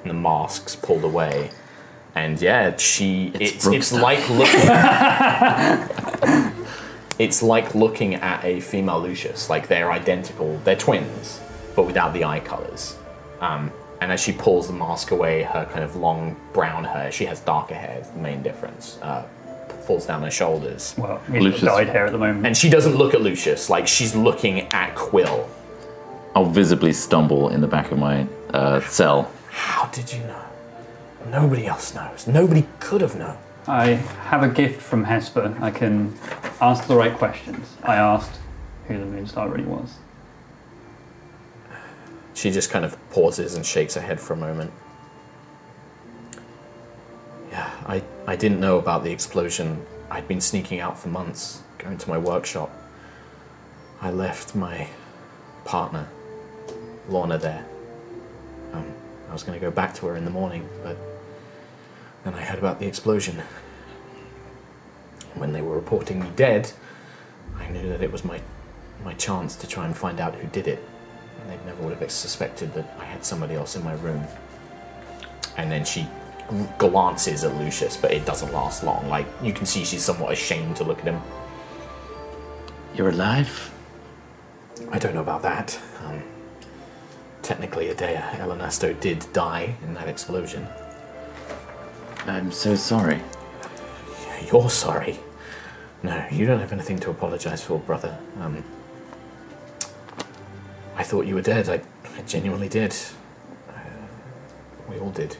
[SPEAKER 6] and the mask's pulled away. And yeah, she it's it's,
[SPEAKER 9] Brookstar.
[SPEAKER 6] like looking It's like looking at a female Lucius. Like they're identical, they're twins, but without the eye colours. Um, and as she pulls the mask away, her kind of long brown hair, she has darker hair, is the main difference, uh, falls down her shoulders.
[SPEAKER 7] Well, he's got Lucius. dyed hair at the moment.
[SPEAKER 6] And she doesn't look at Lucius, like she's looking at Quill.
[SPEAKER 9] I'll visibly stumble in the back of my uh, cell.
[SPEAKER 6] How did you know? Nobody else knows. Nobody could have known.
[SPEAKER 7] I have a gift from Hesper. I can ask the right questions. I asked who the Moonstar really was.
[SPEAKER 6] She just kind of pauses and shakes her head for a moment. Yeah, I, I didn't know about the explosion. I'd been sneaking out for months, going to my workshop. I left my partner, Lorna, there. Um, I was going to go back to her in the morning, but then I heard about the explosion. When they were reporting me dead, I knew that it was my, my chance to try and find out who did it. And They never would have suspected that I had somebody else in my room. And then she gl- glances at Lucius, but it doesn't last long. Like, you can see she's somewhat ashamed to look at him.
[SPEAKER 9] You're alive?
[SPEAKER 6] I don't know about that. Um, technically, Adea Elanasto did die in that explosion.
[SPEAKER 9] I'm so sorry.
[SPEAKER 6] You're sorry. No, you don't have anything to apologize for, brother. Um, I thought you were dead. I, I genuinely did. Uh, we all did.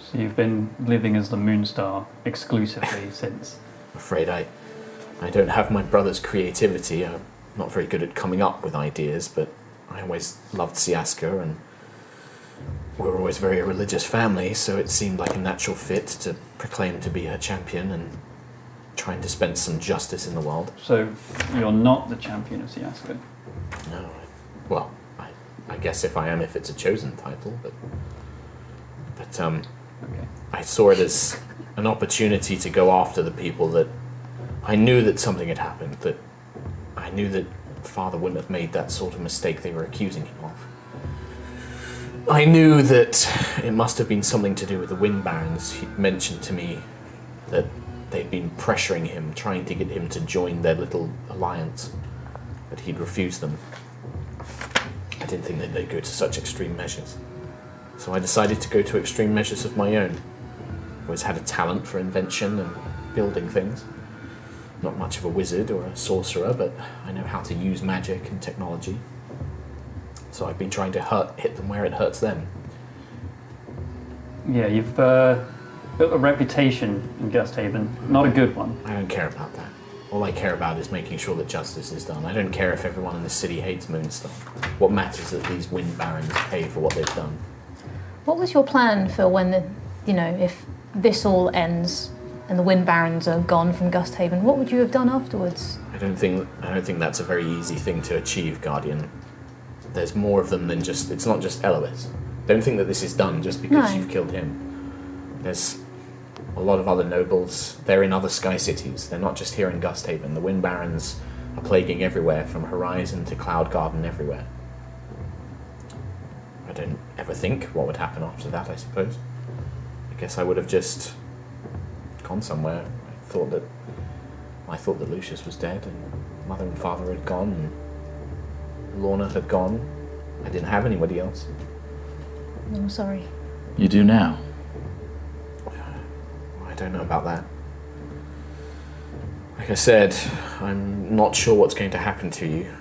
[SPEAKER 7] So you've been living as the Moonstar exclusively since.
[SPEAKER 6] I'm afraid I, I don't have my brother's creativity. I'm not very good at coming up with ideas, but I always loved Siaska, and we were always very a religious family, so it seemed like a natural fit to proclaim to be her champion and try and dispense some justice in the world.
[SPEAKER 7] So you're not the champion of Siaska.
[SPEAKER 6] No, well, I, I guess if I am, if it's a chosen title, but but um, I saw it as an opportunity to go after the people that I knew that something had happened. That I knew that Father wouldn't have made that sort of mistake they were accusing him of. I knew that it must have been something to do with the Wind Barons. He'd mentioned to me that they'd been pressuring him, trying to get him to join their little alliance, but he'd refused them. I didn't think that they'd go to such extreme measures. So I decided to go to extreme measures of my own. I've always had a talent for invention and building things. Not much of a wizard or a sorcerer, but I know how to use magic and technology. So I've been trying to hurt, hit them where it hurts them.
[SPEAKER 7] Yeah, you've uh, built a reputation in Gusthaven. Not a good one.
[SPEAKER 6] I don't care about that. All I care about is making sure that justice is done. I don't care if everyone in the city hates Moonstar. What matters is that these wind barons pay for what they've done.
[SPEAKER 11] What was your plan for when the, you know, if this all ends and the Wind Barons are gone from Gusthaven? What would you have done afterwards?
[SPEAKER 6] I don't think I don't think that's a very easy thing to achieve, Guardian. There's more of them than just it's not just Elois. Don't think that this is done just because
[SPEAKER 11] No.
[SPEAKER 6] you've killed him. There's a lot of other nobles. They're in other sky cities. They're not just here in Gusthaven. The Wind Barons are plaguing everywhere, from Horizon to Cloud Garden, everywhere. I don't ever think what would happen after that, I suppose. I guess I would have just gone somewhere. I thought that I thought that Lucius was dead, and mother and father had gone, and Lorna had gone. I didn't have anybody else.
[SPEAKER 11] I'm sorry.
[SPEAKER 9] You do now.
[SPEAKER 6] I don't know about that. Like I said, I'm not sure what's going to happen to you.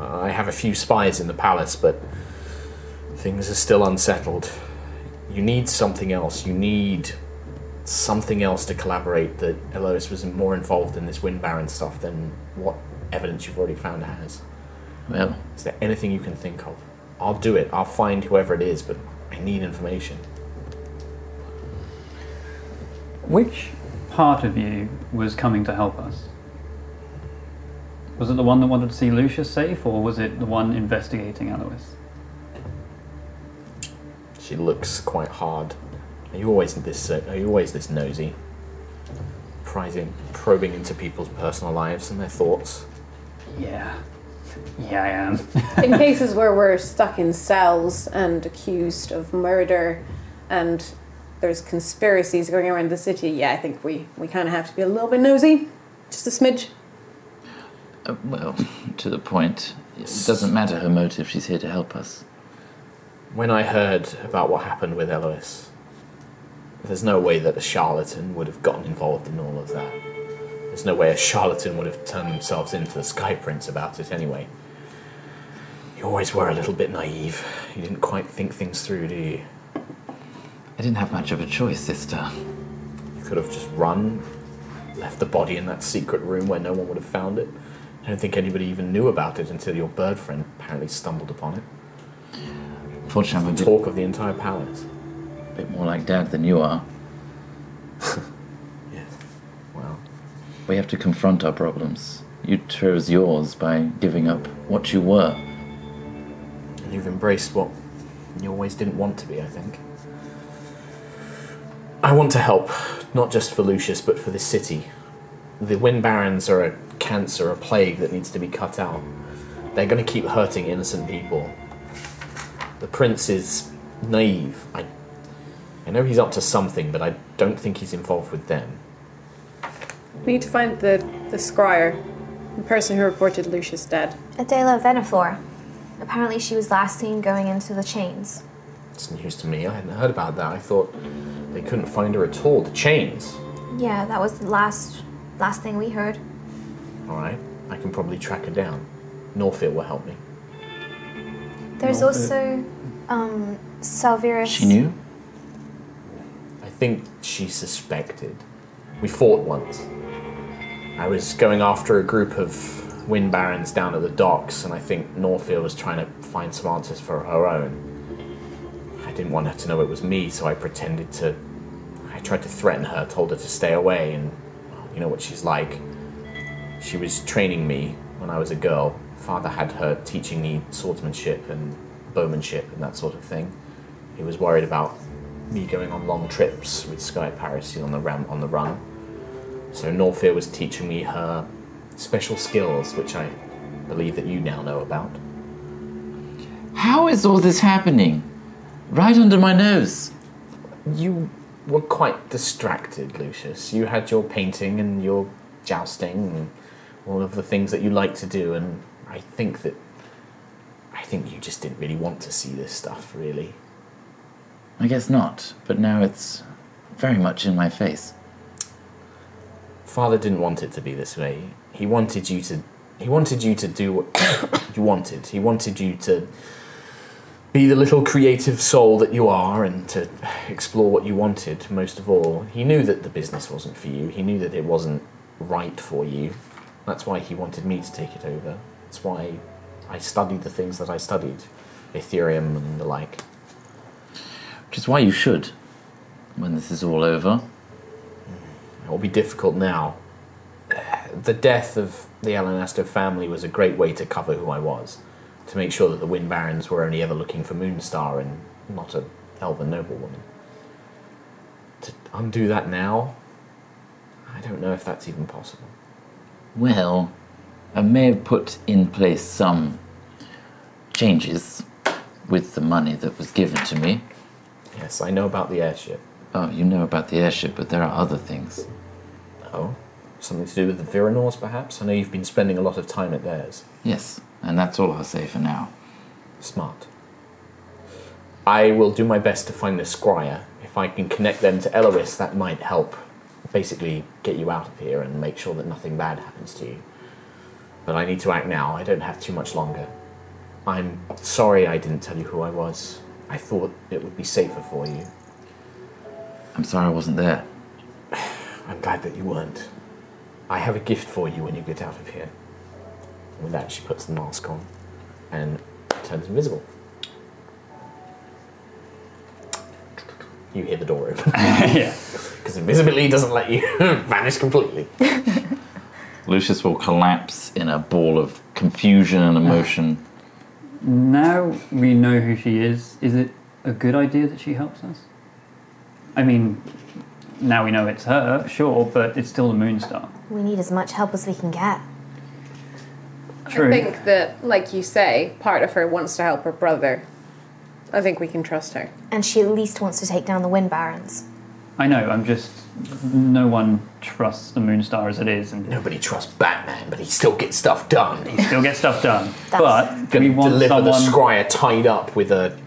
[SPEAKER 6] I have a few spies in the palace, but things are still unsettled. You need something else. You need something else to collaborate that Elois was more involved in this Wind Baron stuff than what evidence you've already found has.
[SPEAKER 9] Well,
[SPEAKER 6] Is there anything you can think of? I'll do it. I'll find whoever it is, but I need information.
[SPEAKER 7] Which part of you was coming to help us? Was it the one that wanted to see Lucius safe, or was it the one investigating Alois?
[SPEAKER 6] She looks quite hard. Are you always this? Uh, are you always this nosy? Prizing, probing into people's personal lives and their thoughts.
[SPEAKER 7] Yeah. Yeah, I am.
[SPEAKER 8] in cases where we're stuck in cells and accused of murder and there's conspiracies going around the city, yeah, I think we, we kind of have to be a little bit nosy. Just a smidge.
[SPEAKER 9] Uh, well, to the point. It doesn't matter her motive, she's here to help us.
[SPEAKER 6] When I heard about what happened with Elois, there's no way that a charlatan would have gotten involved in all of that. There's no way a charlatan would have turned themselves into the Sky Prince about it anyway. You always were a little bit naive. You didn't quite think things through, do you?
[SPEAKER 9] I didn't have much of a choice, sister.
[SPEAKER 6] You could have just run, left the body in that secret room where no one would have found it. I don't think anybody even knew about it until your bird friend apparently stumbled upon it.
[SPEAKER 9] Fortunately, I'm a bit-
[SPEAKER 6] Talk of the entire palace.
[SPEAKER 9] bit more like Dad than you are.
[SPEAKER 6] Wow.
[SPEAKER 9] We have to confront our problems. You chose yours by giving up what you were.
[SPEAKER 6] And you've embraced what you always didn't want to be, I think. I want to help, not just for Lucius, but for this city. The Wind Barons are a cancer, a plague that needs to be cut out. They're going to keep hurting innocent people. The prince is naive. I, I know he's up to something, but I don't think he's involved with them.
[SPEAKER 8] We need to find the, the scryer, the person who reported Lucius dead.
[SPEAKER 3] Adela Venafor. Apparently, she was last seen going into the chains.
[SPEAKER 6] It's news to me. I hadn't heard about that. I thought they couldn't find her at all. The chains.
[SPEAKER 3] Yeah, that was the last last thing we heard.
[SPEAKER 6] All right, I can probably track her down. Norfit will help me.
[SPEAKER 3] There's
[SPEAKER 6] Not
[SPEAKER 3] also um, Salvirus.
[SPEAKER 6] I think she suspected. We fought once. I was going after a group of wind barons down at the docks, and I think Norfield was trying to find some answers for her own. I didn't want her to know it was me, so I pretended to. I tried to threaten her, told her to stay away, and well, you know what she's like. She was training me when I was a girl. Father had her teaching me swordsmanship and bowmanship and that sort of thing. He was worried about me going on long trips with Sky Parisi on the ram on the run. So Norfear was teaching me her special skills, which I believe that you now know about.
[SPEAKER 9] How is all this happening? Right under my nose.
[SPEAKER 6] You were quite distracted, Lucius. You had your painting and your jousting and all of the things that you like to do, and I think that I think you just didn't really want to see this stuff, really.
[SPEAKER 9] I guess not, but now it's very much in my face.
[SPEAKER 6] Father didn't want it to be this way. He wanted you to he wanted you to do what you wanted. He wanted you to be the little creative soul that you are and to explore what you wanted most of all. He knew that the business wasn't for you. He knew that it wasn't right for you. That's why he wanted me to take it over. That's why I studied the things that I studied, Ethereum and the like.
[SPEAKER 9] Which is why you should. When this is all over,
[SPEAKER 6] It will be difficult now. The death of the Alanastor family was a great way to cover who I was, to make sure that the Wind Barons were only ever looking for Moonstar and not an elven noblewoman. To undo that now, I don't know if that's even possible.
[SPEAKER 9] well, I may have put in place some changes with the money that was given to me.
[SPEAKER 6] Yes, I know about the airship.
[SPEAKER 9] Oh, you know about the airship, but there are other things.
[SPEAKER 6] Oh, something to do with the Viranors, perhaps? I know you've been spending a lot of time at theirs.
[SPEAKER 9] Yes, and that's all I'll say for now.
[SPEAKER 6] Smart. I will do my best to find the scryer. If I can connect them to Elois, that might help basically get you out of here and make sure that nothing bad happens to you. But I need to act now. I don't have too much longer. I'm sorry I didn't tell you who I was. I thought it would be safer for you.
[SPEAKER 9] I'm sorry I wasn't there.
[SPEAKER 6] I'm glad that you weren't. I have a gift for you when you get out of here. And with that, she puts the mask on and turns invisible. You hear the door open. yeah. Because invisibility doesn't let you vanish completely.
[SPEAKER 9] Lucius will collapse in a ball of confusion and emotion.
[SPEAKER 7] Now we know who she is. Is it a good idea that she helps us? I mean, now we know it's her, sure, but it's still the Moonstar.
[SPEAKER 3] We need as much help as we can get.
[SPEAKER 7] True.
[SPEAKER 8] I think that, like you say, part of her wants to help her brother. I think we can trust her.
[SPEAKER 3] And she at least wants to take down the Wind Barons.
[SPEAKER 7] I know, I'm just. No one trusts the Moonstar as it is. and Nobody
[SPEAKER 6] trusts Batman, but he still gets stuff done. He
[SPEAKER 7] still gets stuff done. but we want
[SPEAKER 6] deliver the
[SPEAKER 7] someone-
[SPEAKER 6] scryer tied up with a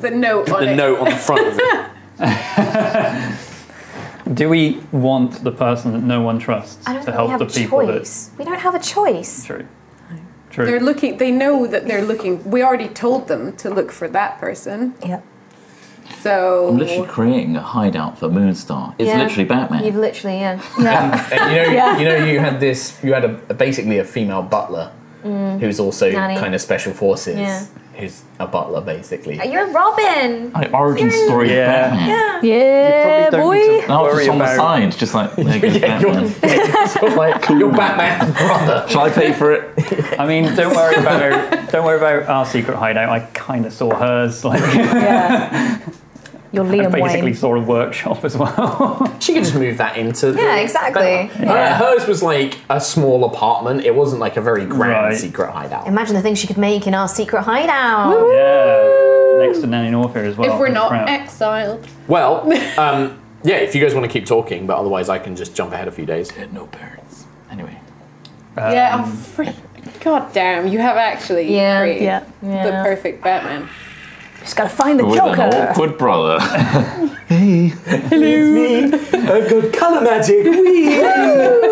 [SPEAKER 8] The note on
[SPEAKER 6] the
[SPEAKER 8] it.
[SPEAKER 6] note on the front of it.
[SPEAKER 7] Do we want the person that no one trusts
[SPEAKER 8] I don't
[SPEAKER 7] to
[SPEAKER 8] think we
[SPEAKER 7] help
[SPEAKER 8] have
[SPEAKER 7] the
[SPEAKER 8] a
[SPEAKER 7] people
[SPEAKER 8] choice. We don't have a
[SPEAKER 7] that.
[SPEAKER 8] choice.
[SPEAKER 7] True. True.
[SPEAKER 8] They're looking. They know that they're looking. We already told them to look for that person.
[SPEAKER 3] Yep.
[SPEAKER 8] So.
[SPEAKER 9] I'm literally creating a hideout for Moonstar. It's literally Batman.
[SPEAKER 3] You've literally, uh, yeah.
[SPEAKER 6] And you know,
[SPEAKER 3] Yeah.
[SPEAKER 6] you know, you had this. You had a, a- basically a female butler
[SPEAKER 3] Mm.
[SPEAKER 6] who's also
[SPEAKER 3] Nanny.
[SPEAKER 6] kind of special forces.
[SPEAKER 3] Yeah.
[SPEAKER 6] Who's a butler basically.
[SPEAKER 3] You're Robin!
[SPEAKER 9] An origin story
[SPEAKER 6] Yeah.
[SPEAKER 9] of Batman.
[SPEAKER 3] Yeah.
[SPEAKER 5] Yeah,
[SPEAKER 9] don't
[SPEAKER 5] boy.
[SPEAKER 9] Now it's just on the
[SPEAKER 6] about-
[SPEAKER 9] side, just like there goes Batman.
[SPEAKER 6] You're Batman's brother.
[SPEAKER 9] Shall I pay for it?
[SPEAKER 7] I mean, don't worry about don't worry about our secret hideout. I kind of saw hers. Like,
[SPEAKER 11] You're
[SPEAKER 7] I
[SPEAKER 11] Liam
[SPEAKER 7] basically
[SPEAKER 11] Wayne.
[SPEAKER 7] saw a workshop as well.
[SPEAKER 6] she could just move that into.
[SPEAKER 11] Yeah, exactly.
[SPEAKER 6] Uh, hers was like a small apartment. It wasn't like a very grand secret hideout.
[SPEAKER 3] Imagine the things she could make in our secret hideout.
[SPEAKER 7] Yeah, next to Nanny North here as well.
[SPEAKER 8] if we're not
[SPEAKER 6] crap.
[SPEAKER 8] exiled,
[SPEAKER 6] Well, um, yeah. If you guys want to keep talking, but otherwise I can just jump ahead a few days. no parents. Anyway.
[SPEAKER 8] yeah.
[SPEAKER 9] Um,
[SPEAKER 8] I'm free. God damn, you have actually
[SPEAKER 5] Yeah,
[SPEAKER 8] created
[SPEAKER 5] yeah.
[SPEAKER 8] the perfect Batman.
[SPEAKER 5] Just gotta find the
[SPEAKER 9] With
[SPEAKER 5] Joker.
[SPEAKER 9] an awkward brother.
[SPEAKER 12] Hey. Hello. I've got colour magic.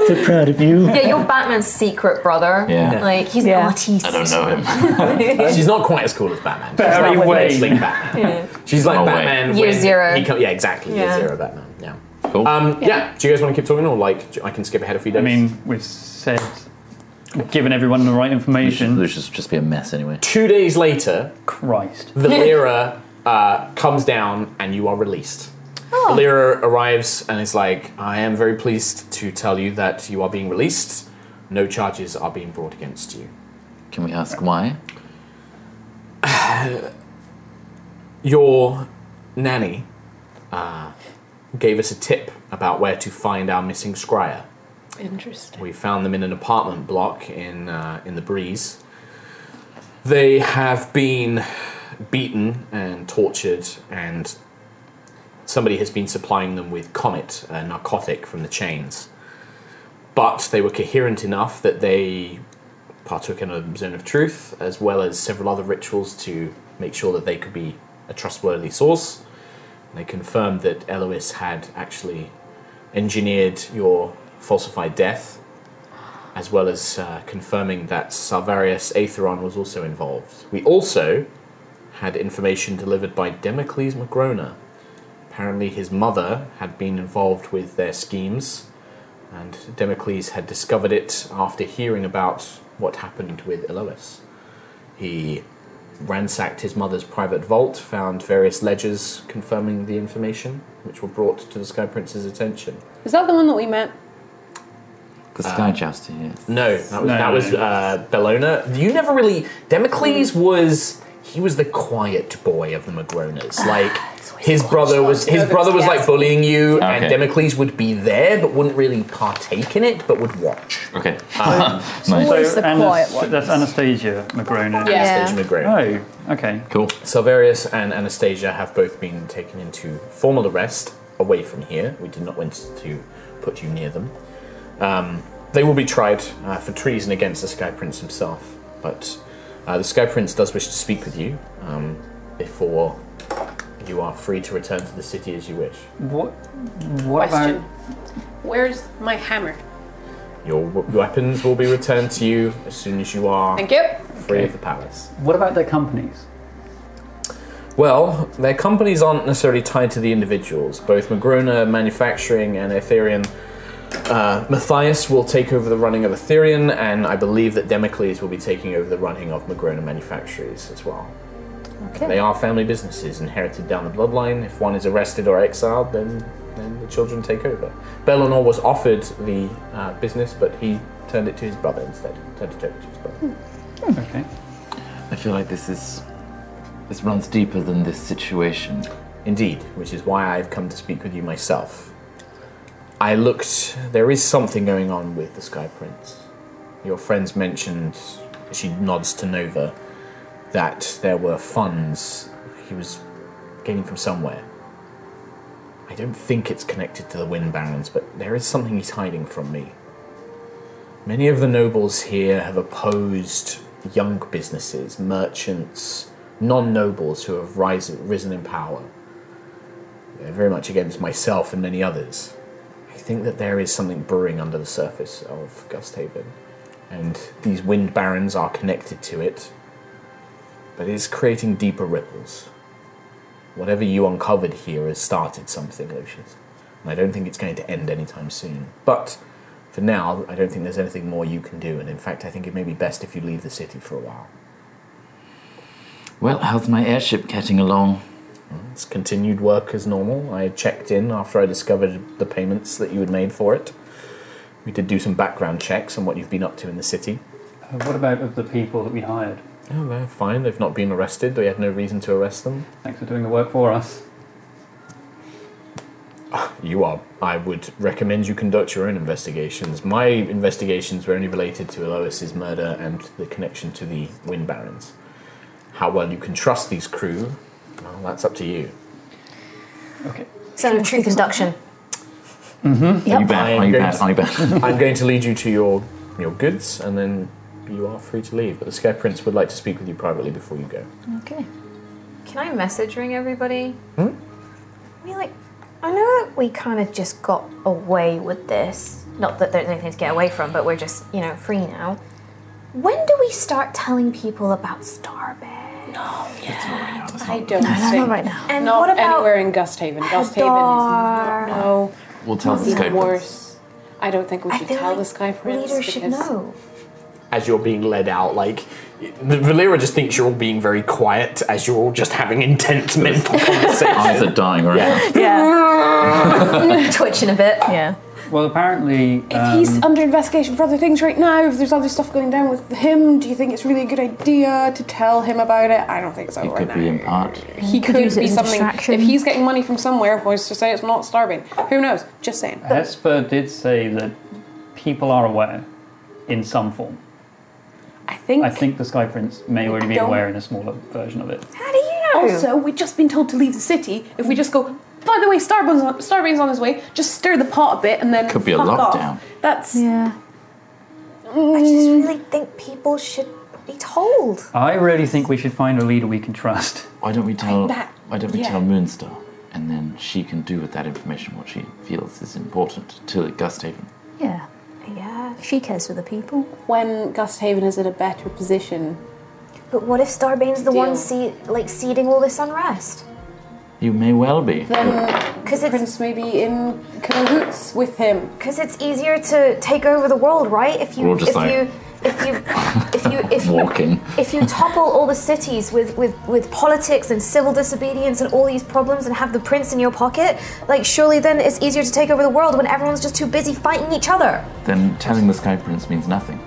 [SPEAKER 12] so proud of you.
[SPEAKER 3] Yeah, you're Batman's secret brother.
[SPEAKER 6] Yeah.
[SPEAKER 3] Like, he's an artiste.
[SPEAKER 6] I don't know him. She's not quite as cool as Batman. She's
[SPEAKER 7] Barry
[SPEAKER 6] not
[SPEAKER 7] Wayne.
[SPEAKER 6] wrestling Batman. She's like
[SPEAKER 7] No Oh, way.
[SPEAKER 6] Batman.
[SPEAKER 3] Year
[SPEAKER 6] when
[SPEAKER 3] zero.
[SPEAKER 6] He come, yeah, exactly.
[SPEAKER 3] Yeah.
[SPEAKER 6] Year zero Batman. Yeah. Cool. Um, yeah. Do you guys want to keep talking, or like do- I can skip ahead a few days?
[SPEAKER 7] I mean, we've said, we've given everyone the right information.
[SPEAKER 9] Lucius would just be a mess anyway.
[SPEAKER 6] two days later,
[SPEAKER 7] Christ,
[SPEAKER 6] the Lyra uh, comes down, and you are released.
[SPEAKER 3] Oh.
[SPEAKER 6] Lyra arrives and is like, "I am very pleased to tell you that you are being released. No charges are being brought against you."
[SPEAKER 9] Can we ask why?
[SPEAKER 6] Your nanny uh, gave us a tip about where to find our missing scryer.
[SPEAKER 8] Interesting.
[SPEAKER 6] We found them in an apartment block in uh, in the breeze. They have been beaten and tortured, and somebody has been supplying them with Comet, a narcotic from the chains. But they were coherent enough that they partook in a zone of truth, as well as several other rituals to make sure that they could be a trustworthy source. They confirmed that Elois had actually engineered your falsified death, as well as uh, confirming that Salvarius Aetheron was also involved. We also had information delivered by Democles Magrona. Apparently, his mother had been involved with their schemes, and Democles had discovered it after hearing about what happened with Elois. He ransacked his mother's private vault, found various ledgers confirming the information, which were brought to the Sky Prince's attention.
[SPEAKER 8] Is that the one that we met?
[SPEAKER 9] The
[SPEAKER 6] Uh,
[SPEAKER 9] Sky Jouster, yes.
[SPEAKER 6] No, that was
[SPEAKER 9] No,
[SPEAKER 6] that
[SPEAKER 9] no,
[SPEAKER 6] was
[SPEAKER 9] no.
[SPEAKER 6] uh, Bellona. You never really Democles was he was the quiet boy of the Magronas. Like his brother was his brother was like bullying you, and
[SPEAKER 9] Okay.
[SPEAKER 6] Democles would be there but wouldn't really partake in it, but would watch.
[SPEAKER 9] Okay.
[SPEAKER 6] Um,
[SPEAKER 7] So Anas- That's Anastasia Magrona.
[SPEAKER 6] Yeah. Anastasia Magrone.
[SPEAKER 7] Oh, okay.
[SPEAKER 9] Cool.
[SPEAKER 6] Salvarius and Anastasia have both been taken into formal arrest away from here. We did not want to put you near them. Um, they will be tried uh, for treason against the Sky Prince himself, but uh, the Sky Prince does wish to speak with you um, before you are free to return to the city as you wish.
[SPEAKER 7] What? What
[SPEAKER 8] Question. Where's my hammer?
[SPEAKER 6] Your w- weapons will be returned to you as soon as you are
[SPEAKER 8] Thank you.
[SPEAKER 6] free of the palace.
[SPEAKER 7] What about their companies?
[SPEAKER 6] Well, their companies aren't necessarily tied to the individuals. Both Magrona Manufacturing and Aetherian. Uh, Matthias will take over the running of Aetherian, and I believe that Democles will be taking over the running of Magrona Manufactories as well.
[SPEAKER 11] Okay.
[SPEAKER 6] They are family businesses inherited down the bloodline. If one is arrested or exiled, then, then the children take over. Bellinor was offered the uh, business, but he turned it to his brother instead. Turned it over to his brother.
[SPEAKER 7] Okay. Uh,
[SPEAKER 9] I feel like this is. This runs deeper than this situation.
[SPEAKER 6] Indeed, which is why I've come to speak with you myself. I looked. There is something going on with the Sky Prince. Your friends mentioned she nods to Nova that there were funds he was getting from somewhere. I don't think it's connected to the Wind Barons, but there is something he's hiding from me. Many of the nobles here have opposed young businesses, merchants, non nobles who have rise, risen in power. They're very much against myself and many others. I think that there is something brewing under the surface of Gusthaven, and these wind barons are connected to it, but it is creating deeper ripples. Whatever you uncovered here has started something, Lucius, and I don't think it's going to end anytime soon. But for now, I don't think there's anything more you can do, and in fact, I think it may be best if you leave the city for a while.
[SPEAKER 9] Well, how's my airship getting along?
[SPEAKER 6] It's continued work as normal. I checked in after I discovered the payments that you had made for it. We did do some background checks on what you've been up to in the city.
[SPEAKER 7] Uh, what about of the people that we hired?
[SPEAKER 6] Oh, they're fine. They've not been arrested. We had no reason to arrest them.
[SPEAKER 7] Thanks for doing the work for us.
[SPEAKER 6] You are. I would recommend you conduct your own investigations. My investigations were only related to Elois's murder and the connection to the Wind Barons. How well you can trust these crew, well, that's up to you.
[SPEAKER 3] So truth induction.
[SPEAKER 6] Mm-hmm.
[SPEAKER 3] Yep.
[SPEAKER 9] bad? Are you bad? Are you bad?
[SPEAKER 6] I'm going to lead you to your your goods, and then you are free to leave. But the Sky Prince would like to speak with you privately before you go.
[SPEAKER 3] Okay. Can I message ring everybody?
[SPEAKER 6] Hmm?
[SPEAKER 3] I mean, like, I know that we kind of just got away with this. Not that there's anything to get away from, but we're just, you know, free now. When do we start telling people about Starbed? No, yeah.
[SPEAKER 8] I don't
[SPEAKER 3] No, no, not
[SPEAKER 8] think.
[SPEAKER 3] right now.
[SPEAKER 8] And
[SPEAKER 3] And
[SPEAKER 8] not
[SPEAKER 3] what about
[SPEAKER 8] anywhere in Gusthaven. Gusthaven is not. No.
[SPEAKER 9] We'll tell
[SPEAKER 8] It's
[SPEAKER 9] the
[SPEAKER 8] even
[SPEAKER 9] Sky Prince.
[SPEAKER 8] worse. I don't think we should tell the Sky Prince.
[SPEAKER 3] leaders should
[SPEAKER 8] because-
[SPEAKER 3] know.
[SPEAKER 6] As you're being led out, like the Valera just thinks you're all being very quiet as you're all just having intense mental conversations.
[SPEAKER 9] Eyes are dying right now.
[SPEAKER 3] Yeah. Twitching a bit.
[SPEAKER 11] Yeah.
[SPEAKER 7] Well, apparently. uh,
[SPEAKER 8] If he's
[SPEAKER 9] Um,
[SPEAKER 8] under investigation for other things right now, if there's other stuff going down with him, do you think it's really a good idea to tell him about it? I don't think so right
[SPEAKER 9] Could
[SPEAKER 8] now.
[SPEAKER 9] be in part.
[SPEAKER 8] He could
[SPEAKER 11] use it
[SPEAKER 8] be
[SPEAKER 11] as a
[SPEAKER 8] something.
[SPEAKER 11] distraction.
[SPEAKER 8] If he's getting money from somewhere, who's to say it's not starving? Who knows? Just saying.
[SPEAKER 7] Hesper did say that people are aware in some form.
[SPEAKER 8] I think.
[SPEAKER 7] I think the Sky Prince may already be
[SPEAKER 8] don't-
[SPEAKER 7] aware in a smaller version of it.
[SPEAKER 8] Also, we've just been told to leave the city. If we just go, by the way, Starbane's on, Starbane's on his way. Just stir the pot a bit, and then
[SPEAKER 9] Could be a
[SPEAKER 8] fuck off.
[SPEAKER 9] lockdown.
[SPEAKER 8] That's
[SPEAKER 11] yeah.
[SPEAKER 3] I just really think people should be told.
[SPEAKER 7] I really think we should find a leader we can trust.
[SPEAKER 9] Why don't we tell?
[SPEAKER 3] that-
[SPEAKER 9] Why don't we
[SPEAKER 3] yeah.
[SPEAKER 9] tell Moonstar, and then she can do with that information what she feels is important to Gusthaven.
[SPEAKER 11] Yeah. Yeah. She cares for the people.
[SPEAKER 8] When Gusthaven is in a better position,
[SPEAKER 3] But what if Starbane's the
[SPEAKER 8] Deal.
[SPEAKER 3] one see, like seeding all this unrest?
[SPEAKER 9] You may well be.
[SPEAKER 8] then Prince may be in cahoots with him.
[SPEAKER 3] Because it's easier to take over the world, right? If you
[SPEAKER 9] We're all just
[SPEAKER 3] if
[SPEAKER 9] like-
[SPEAKER 3] you if you if you if you
[SPEAKER 9] Walking.
[SPEAKER 3] if you topple all the cities with, with, with politics and civil disobedience and all these problems and have the prince in your pocket, like surely then it's easier to take over the world when everyone's just too busy fighting each other.
[SPEAKER 9] Then telling the Sky Prince means nothing.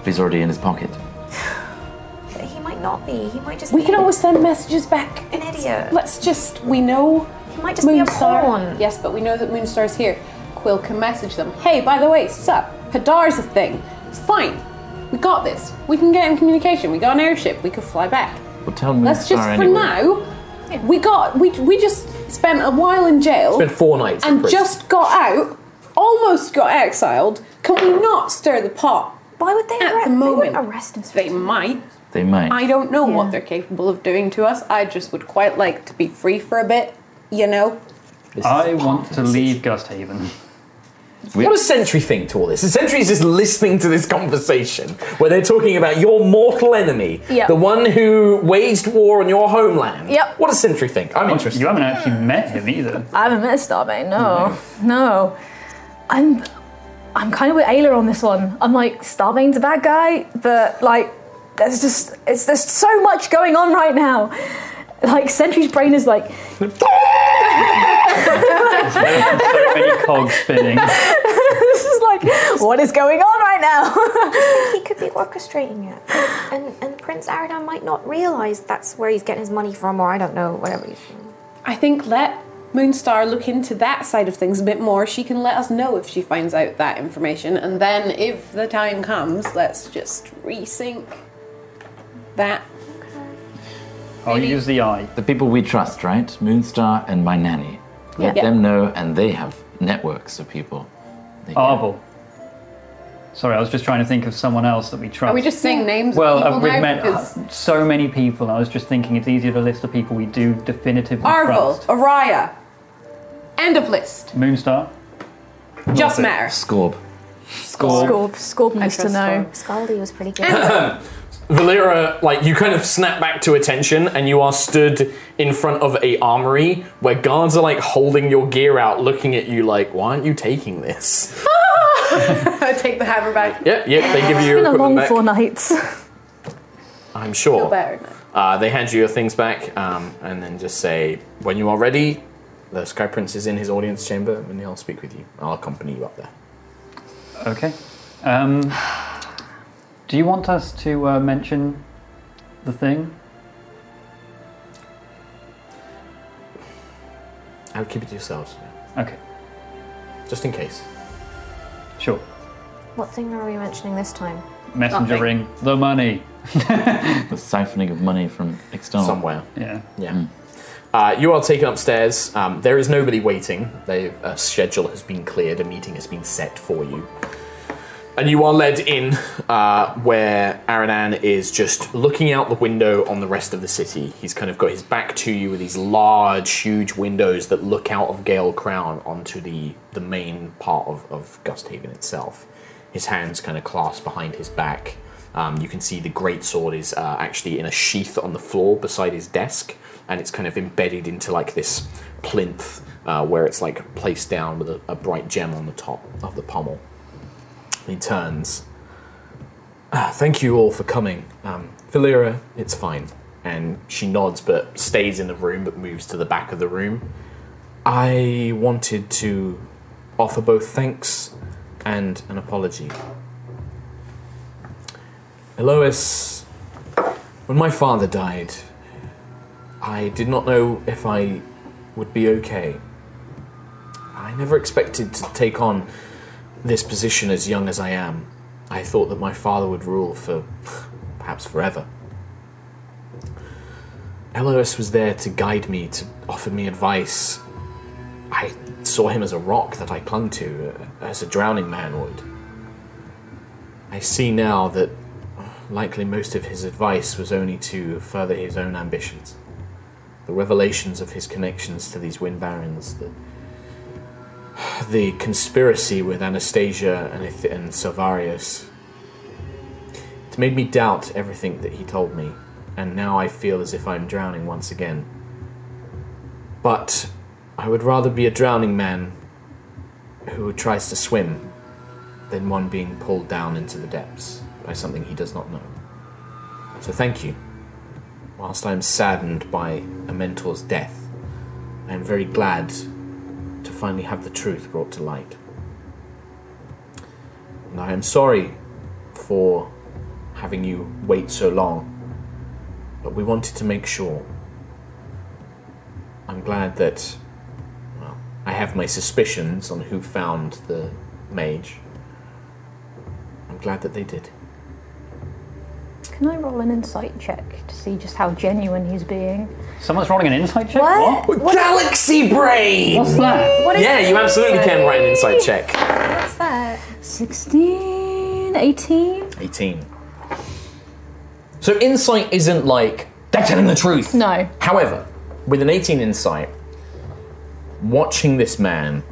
[SPEAKER 9] If he's already in his pocket.
[SPEAKER 3] But he might not be. He might just
[SPEAKER 8] We
[SPEAKER 3] be
[SPEAKER 8] can always send messages back.
[SPEAKER 3] an idiot.
[SPEAKER 8] Let's just. We know.
[SPEAKER 3] He might just be a pawn.
[SPEAKER 8] Yes, but we know that Moonstar's here. Quill can message them. Hey, by the way, sup? Hadar's a thing. It's fine. We got this. We can get in communication. We got an airship. We could fly back.
[SPEAKER 9] Well, tell
[SPEAKER 6] Mm,
[SPEAKER 9] Moonstar
[SPEAKER 8] Let's just
[SPEAKER 9] anyway.
[SPEAKER 8] for now. We got. We we just spent a while in jail.
[SPEAKER 6] Spent four nights in
[SPEAKER 8] and
[SPEAKER 6] prison.
[SPEAKER 8] just got out. Almost got exiled. Can we not stir the pot?
[SPEAKER 3] Why would they
[SPEAKER 8] at
[SPEAKER 3] arre-
[SPEAKER 8] the
[SPEAKER 3] they wouldn't
[SPEAKER 8] moment
[SPEAKER 3] arrest us?
[SPEAKER 8] They might.
[SPEAKER 9] They might.
[SPEAKER 8] I don't know what they're capable of doing to us. I just would quite like to be free for a bit, you know?
[SPEAKER 7] I want to leave Gusthaven.
[SPEAKER 6] What does Sentry think to all this? The Sentry is just listening to this conversation where they're talking about your mortal enemy,
[SPEAKER 5] Yeah.
[SPEAKER 6] the one who waged war on your homeland.
[SPEAKER 5] Yep.
[SPEAKER 6] What does Sentry think? I'm interested.
[SPEAKER 7] You haven't actually met him either.
[SPEAKER 11] I haven't met Starbane. No, no. I'm, I'm kind of with Ayla on this one. I'm like Starbane's a bad guy, but like, there's just it's there's so much going on right now. Like Sentry's brain is like,
[SPEAKER 7] so many cogs spinning.
[SPEAKER 11] this is like, what is going on right now?
[SPEAKER 3] He could be orchestrating it. And and Prince Aradan might not realise that's where he's getting his money from or I don't know, whatever he's
[SPEAKER 8] I think let Moonstar look into that side of things a bit more, she can let us know if she finds out that information. And then, if the time comes, let's just resync that.
[SPEAKER 9] I'll use
[SPEAKER 7] the eye.
[SPEAKER 9] The people we trust, right? Moonstar and my nanny. Let
[SPEAKER 8] Yeah.
[SPEAKER 9] them know, and they have networks of people.
[SPEAKER 7] Arvel. Sorry, I was just trying to think of someone else that we trust.
[SPEAKER 8] Are we just saying names?
[SPEAKER 7] well,
[SPEAKER 8] of
[SPEAKER 7] uh,
[SPEAKER 8] people
[SPEAKER 7] we've
[SPEAKER 8] now?
[SPEAKER 7] met
[SPEAKER 8] 'Cause
[SPEAKER 7] uh, so many people. I was just thinking it's easier to list the people we do definitively
[SPEAKER 8] Arvel,
[SPEAKER 7] trust.
[SPEAKER 8] Araya. End of list.
[SPEAKER 7] Moonstar.
[SPEAKER 8] Just matter.
[SPEAKER 9] Scorb.
[SPEAKER 11] Scorp. Scorp needs to
[SPEAKER 3] trust
[SPEAKER 11] know.
[SPEAKER 3] Scaldy was pretty good.
[SPEAKER 6] Valera, like you kind of snap back to attention, and you are stood in front of a armory where guards are like holding your gear out, looking at you like, "Why aren't you taking this?"
[SPEAKER 8] I take the hammer back.
[SPEAKER 6] Yep, yep. They give you your
[SPEAKER 11] it's been a long
[SPEAKER 6] equipment back.
[SPEAKER 11] four nights.
[SPEAKER 6] I'm sure.
[SPEAKER 8] Feel better now.
[SPEAKER 6] Uh, they hand you your things back, um, and then just say, "When you are ready." The Sky Prince is in his audience chamber, and he'll speak with you. I'll accompany you up there.
[SPEAKER 7] Okay. Um, do you want us to uh, mention the thing?
[SPEAKER 6] I'll keep it to yourselves,
[SPEAKER 7] Okay.
[SPEAKER 6] just in case.
[SPEAKER 7] Sure.
[SPEAKER 3] What thing are we mentioning this time?
[SPEAKER 7] Messenger
[SPEAKER 3] Nothing.
[SPEAKER 7] ring. The money.
[SPEAKER 9] The siphoning of money from external.
[SPEAKER 6] Somewhere.
[SPEAKER 7] Yeah.
[SPEAKER 6] Yeah. Uh, you are taken upstairs. Um, there is nobody waiting. They, a schedule has been cleared. A meeting has been set for you. And you are led in uh, where Aranan is just looking out the window on the rest of the city. He's kind of got his back to you with these large, huge windows that look out of Gale Crown onto the, the main part of, of Gusthaven itself. His hands kind of clasped behind his back. Um, you can see the great sword is uh, actually in a sheath on the floor beside his desk, and it's kind of embedded into like this plinth uh, where it's like placed down with a, a bright gem on the top of the pommel. He turns. "Ah, thank you all for coming. Um, Valera, it's fine. And she nods but stays in the room but moves to the back of the room. I wanted to offer both thanks and an apology. Elois, when my father died, I did not know if I would be okay. I never expected to take on this position as young as I am. I thought that my father would rule for perhaps forever. Elois was there to guide me, to offer me advice. I saw him as a rock that I clung to, uh, as a drowning man would. I see now that likely most of his advice was only to further his own ambitions. The revelations of his connections to these Wind Barons, the the conspiracy with Anastasia and, Ith- and Silvarius. It's made me doubt everything that he told me, and now I feel as if I'm drowning once again. But I would rather be a drowning man who tries to swim than one being pulled down into the depths by something he does not know. So thank you. Whilst I am saddened by a mentor's death, I am very glad to finally have the truth brought to light. And I am sorry for having you wait so long, but we wanted to make sure. I'm glad that, well, I have my suspicions on who found the mage. I'm glad that they did.
[SPEAKER 11] Can I roll an insight check to see just how genuine he's being?
[SPEAKER 7] Someone's rolling an insight check.
[SPEAKER 11] What?
[SPEAKER 6] Galaxy brain.
[SPEAKER 7] What's that?
[SPEAKER 11] What is
[SPEAKER 6] yeah, you absolutely can write an insight check.
[SPEAKER 11] What's that? 16, 18?
[SPEAKER 6] 18. So insight isn't like they're telling the truth.
[SPEAKER 11] No.
[SPEAKER 6] However, with an 18 insight, watching this man,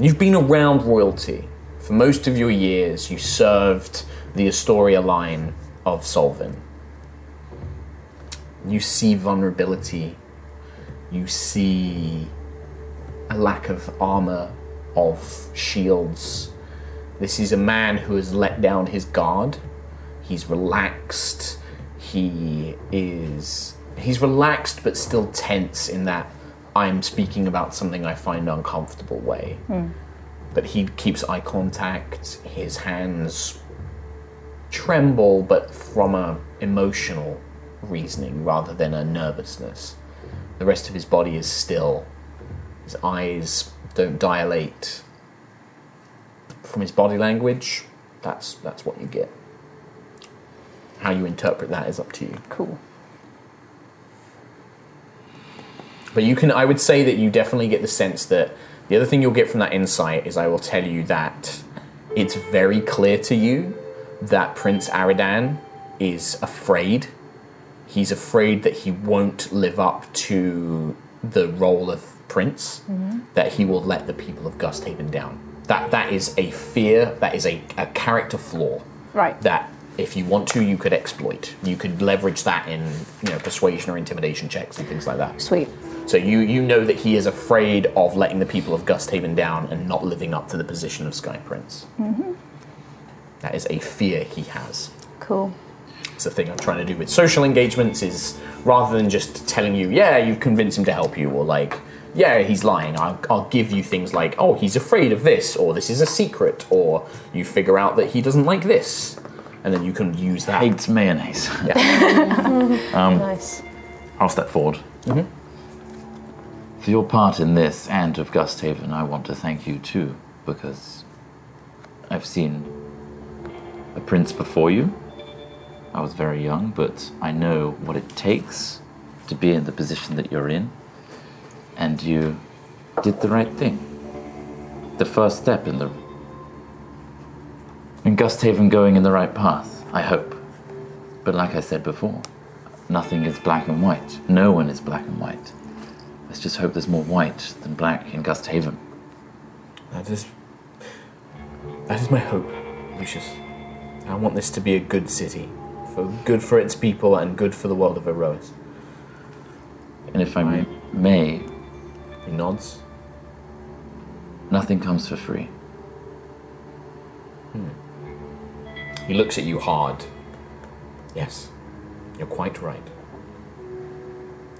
[SPEAKER 6] you've been around royalty for most of your years. You served the Astoria line of Solvin. You see vulnerability. You see a lack of armor, of shields. This is a man who has let down his guard. He's relaxed. He is. He's relaxed but still tense in that I'm speaking about something I find uncomfortable way. But he keeps eye contact. His hands tremble, but from a emotional reasoning rather than a nervousness. The rest of his body is still His eyes don't dilate. From his body language, that's that's what you get. How you interpret that is up to you.
[SPEAKER 5] Cool.
[SPEAKER 6] But you can, I would say that you definitely get the sense that the other thing you'll get from that insight is I will tell you that it's very clear to you that Prince Aradan is afraid. He's afraid that he won't live up to the role of prince,
[SPEAKER 12] Mhm.
[SPEAKER 6] that he will let the people of Gusthaven down. That that is a fear. That is a, a character flaw
[SPEAKER 5] Right.
[SPEAKER 6] that if you want to, you could exploit. You could leverage that in you know persuasion or intimidation checks and things like that.
[SPEAKER 5] Sweet.
[SPEAKER 6] So you you know that he is afraid of letting the people of Gusthaven down and not living up to the position of Sky Prince.
[SPEAKER 5] Mm-hmm.
[SPEAKER 6] That is a fear he has.
[SPEAKER 5] Cool.
[SPEAKER 6] It's the thing I'm trying to do with social engagements is rather than just telling you, yeah, you've convinced him to help you, or like, yeah, he's lying. I'll, I'll give you things like, oh, he's afraid of this, or this is a secret, or you figure out that he doesn't like this, and then you can use that. Hates
[SPEAKER 9] mayonnaise. Um,
[SPEAKER 11] nice.
[SPEAKER 9] I'll step forward. For your part in this and of Gusthaven, I want to thank you too, because I've seen a prince before you. I was very young, but I know what it takes to be in the position that you're in, and you did the right thing. The first step in the in Gusthaven going in the right path, I hope. But like I said before, nothing is black and white. No one is black and white. Let's just hope there's more white than black in Gusthaven.
[SPEAKER 6] That is. That is my hope, Lucius. I want this to be a good city, for good for its people and good for the world of Erois.
[SPEAKER 9] And if I may, may.
[SPEAKER 6] He nods.
[SPEAKER 9] Nothing comes for free.
[SPEAKER 6] He looks at you hard. Yes, you're quite right.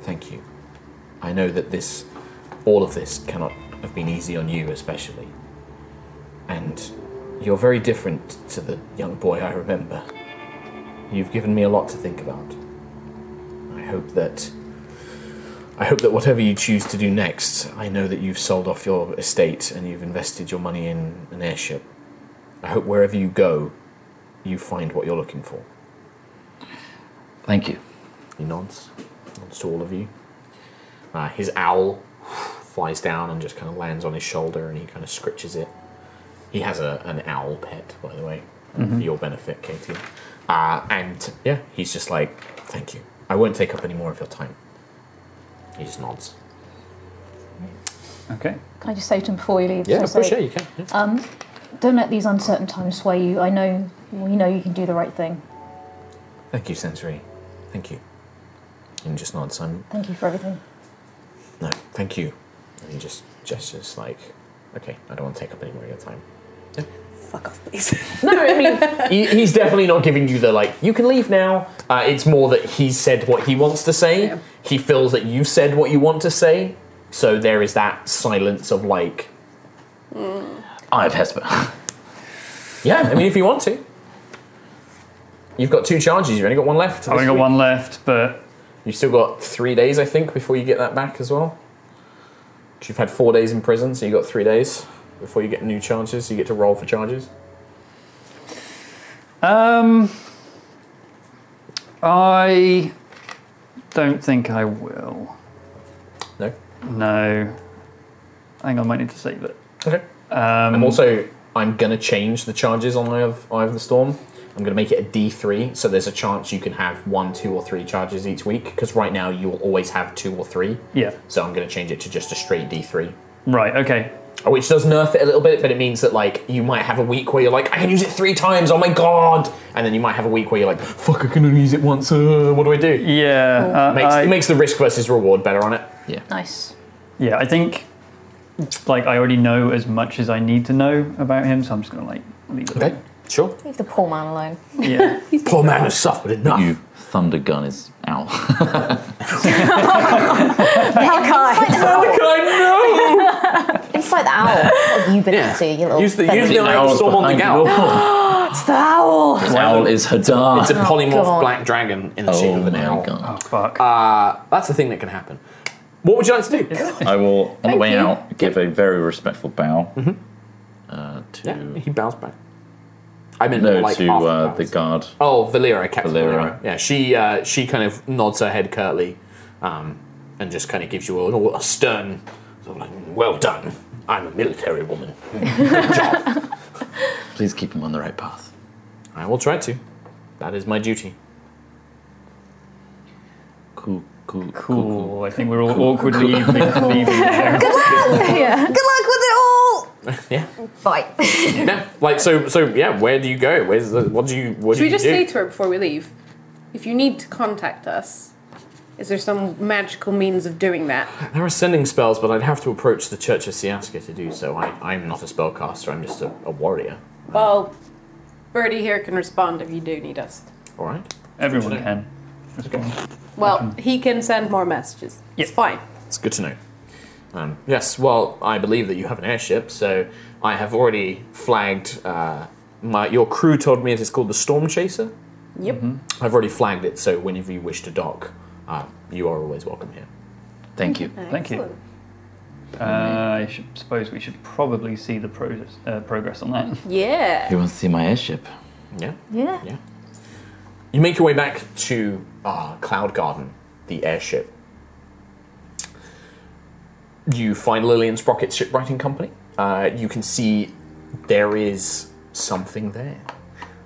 [SPEAKER 6] Thank you. I know that this, all of this, cannot have been easy on you, especially. And you're very different to the young boy I remember. You've given me a lot to think about. I hope that. I hope that whatever you choose to do next, I know that you've sold off your estate and you've invested your money in an airship. I hope wherever you go, you find what you're looking for.
[SPEAKER 9] Thank you.
[SPEAKER 6] He nods, nods to all of you. Uh, his owl flies down and just kind of lands on his shoulder, and he kind of scritches it. He has a, an owl pet, by the way, for
[SPEAKER 10] Mhm.
[SPEAKER 6] your benefit, Katie. Uh, and yeah, he's just like, "Thank you. I won't take up any more of your time." He just nods.
[SPEAKER 7] Okay.
[SPEAKER 11] Can I just say to him before you leave?
[SPEAKER 6] Yeah,
[SPEAKER 11] should I
[SPEAKER 6] of course,
[SPEAKER 11] say,
[SPEAKER 6] yeah, you can. Yeah.
[SPEAKER 11] Um, don't let these uncertain times sway you. I know, well, you know, you can do the right thing.
[SPEAKER 6] Thank you, Sensory. Thank you. And just nods. I'm
[SPEAKER 11] Thank you for everything.
[SPEAKER 6] no, thank you. And he just gestures like, "Okay, I don't want to take up any more of your time."
[SPEAKER 8] Fuck off, please.
[SPEAKER 6] No, I mean, he, he's definitely not giving you the like, you can leave now. Uh, it's more that he's said what he wants to say. He feels that you've said what you want to say. So there is that silence of like, I have Hesper. yeah, I mean, if you want to. You've got two charges, you've only got one left.
[SPEAKER 7] I've only got one left, but.
[SPEAKER 6] You've still got three days, I think, before you get that back as well. 'Cause You've had four days in prison, so you've got three days before you get new charges, so you get to roll for charges.
[SPEAKER 7] Um, I don't think I will.
[SPEAKER 6] No.
[SPEAKER 7] No. I think I might need to save it.
[SPEAKER 6] Okay. Um, I'm also I'm gonna change the charges on Eye of, Eye of the Storm. I'm gonna make it a D3, so there's a chance you can have one, two, or three charges each week. Because right now you will always have two or three.
[SPEAKER 7] Yeah.
[SPEAKER 6] So I'm gonna change it to just a straight D3,
[SPEAKER 7] Right. Okay.
[SPEAKER 6] which does nerf it a little bit, but it means that like you might have a week where you're like, I can use it three times. Oh my god! And then you might have a week where you're like, fuck, I can only use it once. Uh, what do I do?
[SPEAKER 7] Yeah. uh,
[SPEAKER 6] makes,
[SPEAKER 7] I-
[SPEAKER 6] it makes the risk versus reward better on it.
[SPEAKER 9] Yeah.
[SPEAKER 11] Nice.
[SPEAKER 7] Yeah, I think like I already know as much as I need to know about him, so I'm just gonna like leave it. Okay.
[SPEAKER 6] Sure.
[SPEAKER 3] Leave the poor man alone.
[SPEAKER 7] Yeah.
[SPEAKER 6] Poor man has suffered enough.
[SPEAKER 9] You thunder gun is out.
[SPEAKER 3] Inside the owl. Inside the owl. What have you been
[SPEAKER 9] Yeah.
[SPEAKER 3] up to, you little.
[SPEAKER 9] Use the-
[SPEAKER 3] feather?
[SPEAKER 9] use the Eye of the Storm on the
[SPEAKER 6] behind
[SPEAKER 3] it's the owl.
[SPEAKER 9] is Hadar.
[SPEAKER 6] It's a
[SPEAKER 3] Oh,
[SPEAKER 6] polymorph
[SPEAKER 3] God.
[SPEAKER 6] black dragon in the shape of an owl.
[SPEAKER 9] Oh
[SPEAKER 7] fuck!
[SPEAKER 6] Uh, that's a thing that can happen. What would you like to do?
[SPEAKER 9] I will, on the
[SPEAKER 6] Thank
[SPEAKER 9] way
[SPEAKER 6] you.
[SPEAKER 9] out, give a very respectful bow uh, to.
[SPEAKER 6] he bows back. I meant
[SPEAKER 9] no,
[SPEAKER 6] more like
[SPEAKER 9] to
[SPEAKER 6] half
[SPEAKER 9] uh, the guard.
[SPEAKER 6] Oh, Valera, Captain Valera.
[SPEAKER 9] Valera.
[SPEAKER 6] Yeah, she uh, she kind of nods her head curtly, um, and just kind of gives you a, a stern, sort of like, "Well done. I'm a military woman.
[SPEAKER 9] Please keep him on the right path."
[SPEAKER 6] I will try to. That is my duty."
[SPEAKER 9] Cool, cool, cool.
[SPEAKER 7] I think we're all awkwardly leaving. leaving there.
[SPEAKER 3] yeah. Good luck with it all.
[SPEAKER 6] Yeah.
[SPEAKER 3] Bye.
[SPEAKER 6] yeah, like so. So yeah, where do you go? Where's the, what do you what
[SPEAKER 8] Should
[SPEAKER 6] do
[SPEAKER 8] we
[SPEAKER 6] you
[SPEAKER 8] just
[SPEAKER 6] do?
[SPEAKER 8] say to her before we leave? If you need to contact us, is there some magical means of doing that?
[SPEAKER 6] There are sending spells, but I'd have to approach the Church of Siaska to do so. I, I'm not a spellcaster, I'm just a, a warrior.
[SPEAKER 8] Well, Birdie here can respond if you do need us.
[SPEAKER 6] Alright?
[SPEAKER 7] Everyone can. That's good.
[SPEAKER 8] Well, he can send more messages. It's fine.
[SPEAKER 6] It's good to know. Um, yes, well, I believe that you have an airship, so I have already flagged. Uh, my, your crew told me it is called the Storm Chaser.
[SPEAKER 8] Yep.
[SPEAKER 6] I've already flagged it, so whenever you wish to dock, uh, you are always welcome here.
[SPEAKER 9] Thank you.
[SPEAKER 7] Thank you. Uh, I should, suppose we should probably see the progress, uh, progress on that.
[SPEAKER 8] Yeah.
[SPEAKER 9] He wants to see my airship.
[SPEAKER 6] Yeah.
[SPEAKER 11] Yeah.
[SPEAKER 6] Yeah. You make your way back to uh, Cloud Garden, the airship. You find Lillian Sprocket's shipwriting company. Uh, you can see there is something there.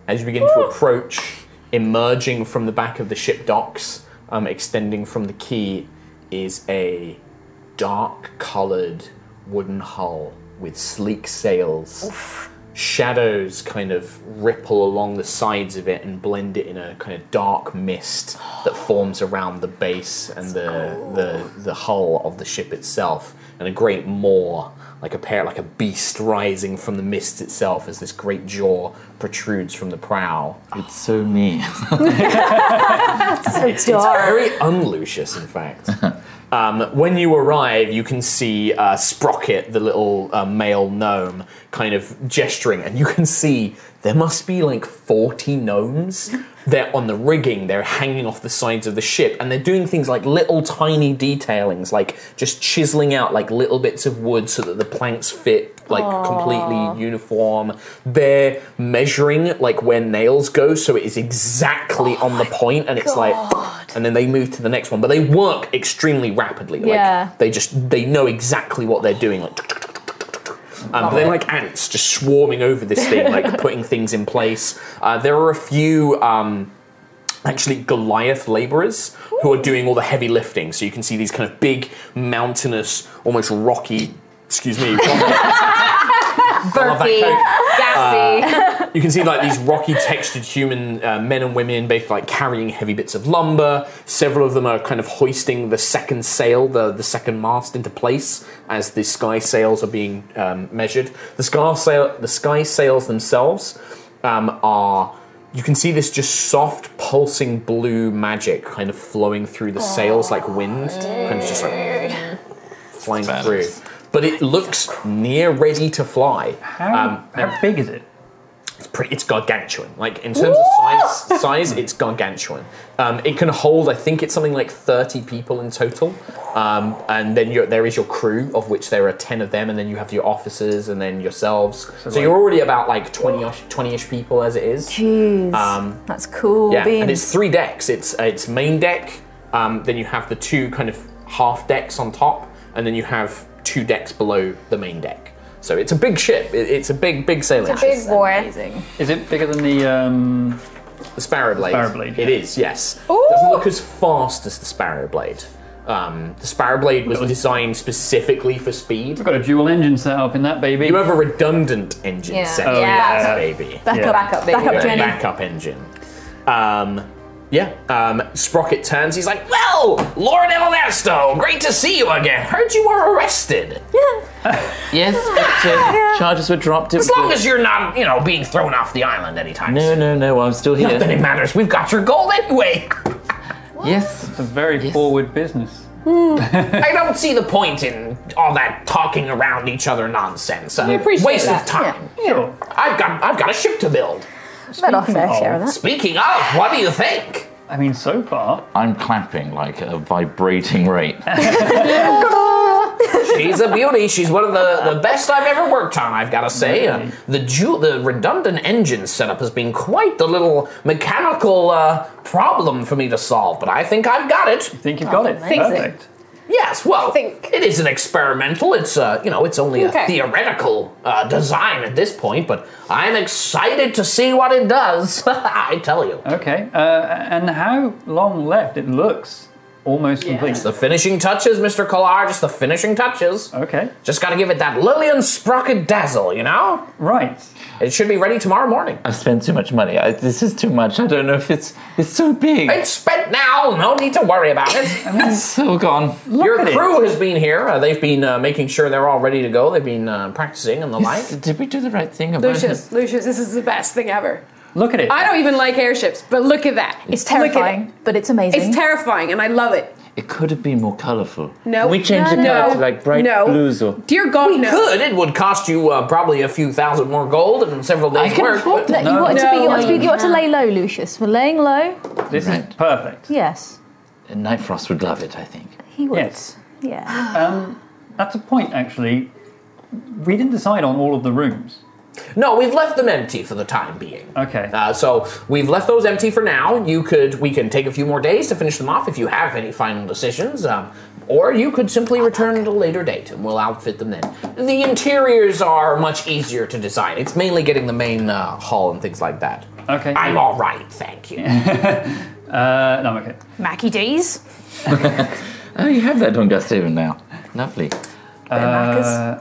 [SPEAKER 6] As you begin to approach, emerging from the back of the ship docks, um, extending from the quay, is a dark coloured wooden hull with sleek sails. Shadows kind of ripple along the sides of it and blend it in a kind of dark mist that forms around the base and the, the, the hull of the ship itself, and a great maw. Like a pair, like a beast rising from the mist itself, as this great jaw protrudes from the prow.
[SPEAKER 9] It's so mean.
[SPEAKER 6] It's very unlucious, in fact. Um, when you arrive, you can see uh, Sprocket, the little uh, male gnome, kind of gesturing, and you can see there must be like 40 gnomes. They're on the rigging, they're hanging off the sides of the ship, and they're doing things like little tiny detailings, like just chiseling out like little bits of wood so that the planks fit like
[SPEAKER 10] Aw.
[SPEAKER 6] completely uniform. They're measuring like where nails go, so it is exactly on the point, and it's like, and then they move to the next one, but they work extremely rapidly. Like,
[SPEAKER 11] Yeah.
[SPEAKER 6] they just they know exactly what they're doing. Like, tuk, tuk, tuk, tuk, tuk, tuk. um, but they're like ants, just swarming over this thing, like putting things in place. Uh, there are a few. Um, Actually, Goliath laborers who are doing all the heavy lifting. So you can see these kind of big, mountainous, almost rocky, excuse me,
[SPEAKER 3] Burpy. Gassy.
[SPEAKER 6] Uh, you can see like these rocky textured human uh, men and women both like carrying heavy bits of lumber several of them are kind of hoisting the second sail the, the second mast into place as the sky sails are being um, measured the sky sail the sky sails themselves um, are you can see this just soft pulsing blue magic kind of flowing through the sails like wind kind of just like flying through but it looks near ready to fly
[SPEAKER 7] How,
[SPEAKER 9] Um,
[SPEAKER 7] how big is it?
[SPEAKER 6] it's pretty. It's gargantuan. Like in terms of size, size, it's gargantuan. Um, it can hold. I think it's something like thirty people in total. Um, and then you there is your crew, of which there are ten of them, and then you have your officers, and then yourselves. So,
[SPEAKER 10] like-
[SPEAKER 6] you're already about like 20-ish 20-ish people as it is.
[SPEAKER 11] Jeez.
[SPEAKER 6] Um,
[SPEAKER 11] That's cool.
[SPEAKER 6] yeah,
[SPEAKER 11] beans.
[SPEAKER 6] and it's three decks. It's uh, it's main deck. Um, then you have the two kind of half decks on top, and then you have two decks below the main deck. So it's a big ship. It, it's a big big sailing. ship.
[SPEAKER 3] boy.
[SPEAKER 7] Is it bigger than the um,
[SPEAKER 6] the Sparrow Blade?
[SPEAKER 7] Sparrow Blade,
[SPEAKER 6] It is, yes. It doesn't look as fast as the Sparrow Blade. Um, the Sparrow Blade was designed specifically for speed. We've
[SPEAKER 7] got a dual engine set up in that baby.
[SPEAKER 6] You have a redundant engine
[SPEAKER 7] Yeah.
[SPEAKER 6] set
[SPEAKER 7] Oh,
[SPEAKER 6] up in
[SPEAKER 7] yeah.
[SPEAKER 6] that baby.
[SPEAKER 7] Backup- Yeah. backup baby.
[SPEAKER 6] Yeah,
[SPEAKER 7] Jenny.
[SPEAKER 6] Backup engine. Um, yeah. Um, Sprocket turns. He's like, "Well, Lord Elenesto, great to see you again. Heard you were arrested.
[SPEAKER 9] yes, uh, charges were dropped.
[SPEAKER 6] As long as you're not, you know, being thrown off the island anytime
[SPEAKER 9] No, no, no. I'm still
[SPEAKER 6] Not
[SPEAKER 9] here.
[SPEAKER 6] that it matters. We've got your gold anyway.
[SPEAKER 9] Yes.
[SPEAKER 7] It's a very forward business.
[SPEAKER 6] I don't see the point in all that talking around each other nonsense. A
[SPEAKER 7] I appreciate
[SPEAKER 6] waste
[SPEAKER 7] that.
[SPEAKER 6] of time. Sure. I've got I've got a ship to build.
[SPEAKER 11] Not our fair share of that.
[SPEAKER 6] Speaking of, what do you think?
[SPEAKER 7] I mean, so far.
[SPEAKER 9] I'm clapping like a vibrating rate.
[SPEAKER 6] She's a beauty. She's one of the, the best I've ever worked on, I've got to say. Uh, the ju- the redundant engine setup has been quite the little mechanical uh, problem for me to solve, but I think I've got it. You
[SPEAKER 7] think you've got it? Think so. Perfect.
[SPEAKER 6] Yes, well, it is an experimental. It's uh, you know, it's only
[SPEAKER 7] Okay.
[SPEAKER 6] a theoretical uh, design at this point, but I'm excited to see what it does. I tell you.
[SPEAKER 7] Okay. Uh, and how long left? It looks almost complete.
[SPEAKER 6] Just the finishing touches, Mr. Collar, just the finishing touches.
[SPEAKER 7] Okay.
[SPEAKER 6] Just gotta give it that Lillian Sprocket dazzle, you know?
[SPEAKER 7] Right.
[SPEAKER 6] It should be ready tomorrow morning.
[SPEAKER 9] I've spent too much money. I, this is too much. I don't know if it's it's so big.
[SPEAKER 6] It's spent now. No need to worry about it.
[SPEAKER 9] it's so gone.
[SPEAKER 6] Your
[SPEAKER 9] at it.
[SPEAKER 6] crew has been here. Uh, they've been uh, making sure they're all ready to go. They've been uh, practicing and the
[SPEAKER 9] Yes,
[SPEAKER 6] like.
[SPEAKER 9] Did we do the right thing? About
[SPEAKER 8] Lucius, Lucius, this is the best thing ever.
[SPEAKER 7] Look at
[SPEAKER 8] I don't even like airships, but look at that. It's
[SPEAKER 11] terrifying, but it's amazing.
[SPEAKER 8] It's terrifying, and I love it.
[SPEAKER 9] It could have been more colourful.
[SPEAKER 8] No,
[SPEAKER 9] Can we change the
[SPEAKER 8] no,
[SPEAKER 9] colour
[SPEAKER 8] no,
[SPEAKER 9] to like bright
[SPEAKER 8] no.
[SPEAKER 9] blues or.
[SPEAKER 8] Dear God,
[SPEAKER 6] we
[SPEAKER 8] no.
[SPEAKER 6] could. It would cost you uh, probably a few thousand more gold and several days'
[SPEAKER 11] can
[SPEAKER 6] work.
[SPEAKER 11] afford
[SPEAKER 6] but-
[SPEAKER 11] that. you ought to, be, you ought to, be, you ought to lay low, Lucius. We're laying low.
[SPEAKER 7] This is perfect.
[SPEAKER 11] Yes,
[SPEAKER 9] Night Frost would love it, I think.
[SPEAKER 11] he would.
[SPEAKER 7] Yes.
[SPEAKER 11] Yeah.
[SPEAKER 7] Um, that's a point, actually. We didn't decide on all of the rooms.
[SPEAKER 6] No, we've left them empty for the time being.
[SPEAKER 7] Okay.
[SPEAKER 6] Uh, so we've left those empty for now. You could we can take a few more days to finish them off if you have any final decisions, um, or you could simply return at a later date and we'll outfit them then. The interiors are much easier to design. It's mainly getting the main uh, hall and things like that.
[SPEAKER 7] Okay.
[SPEAKER 6] I'm all right, thank you.
[SPEAKER 7] Uh, no, I'm okay.
[SPEAKER 11] Mackie D's.
[SPEAKER 9] Oh, you have that on Gustavon now. Lovely.
[SPEAKER 6] Uh,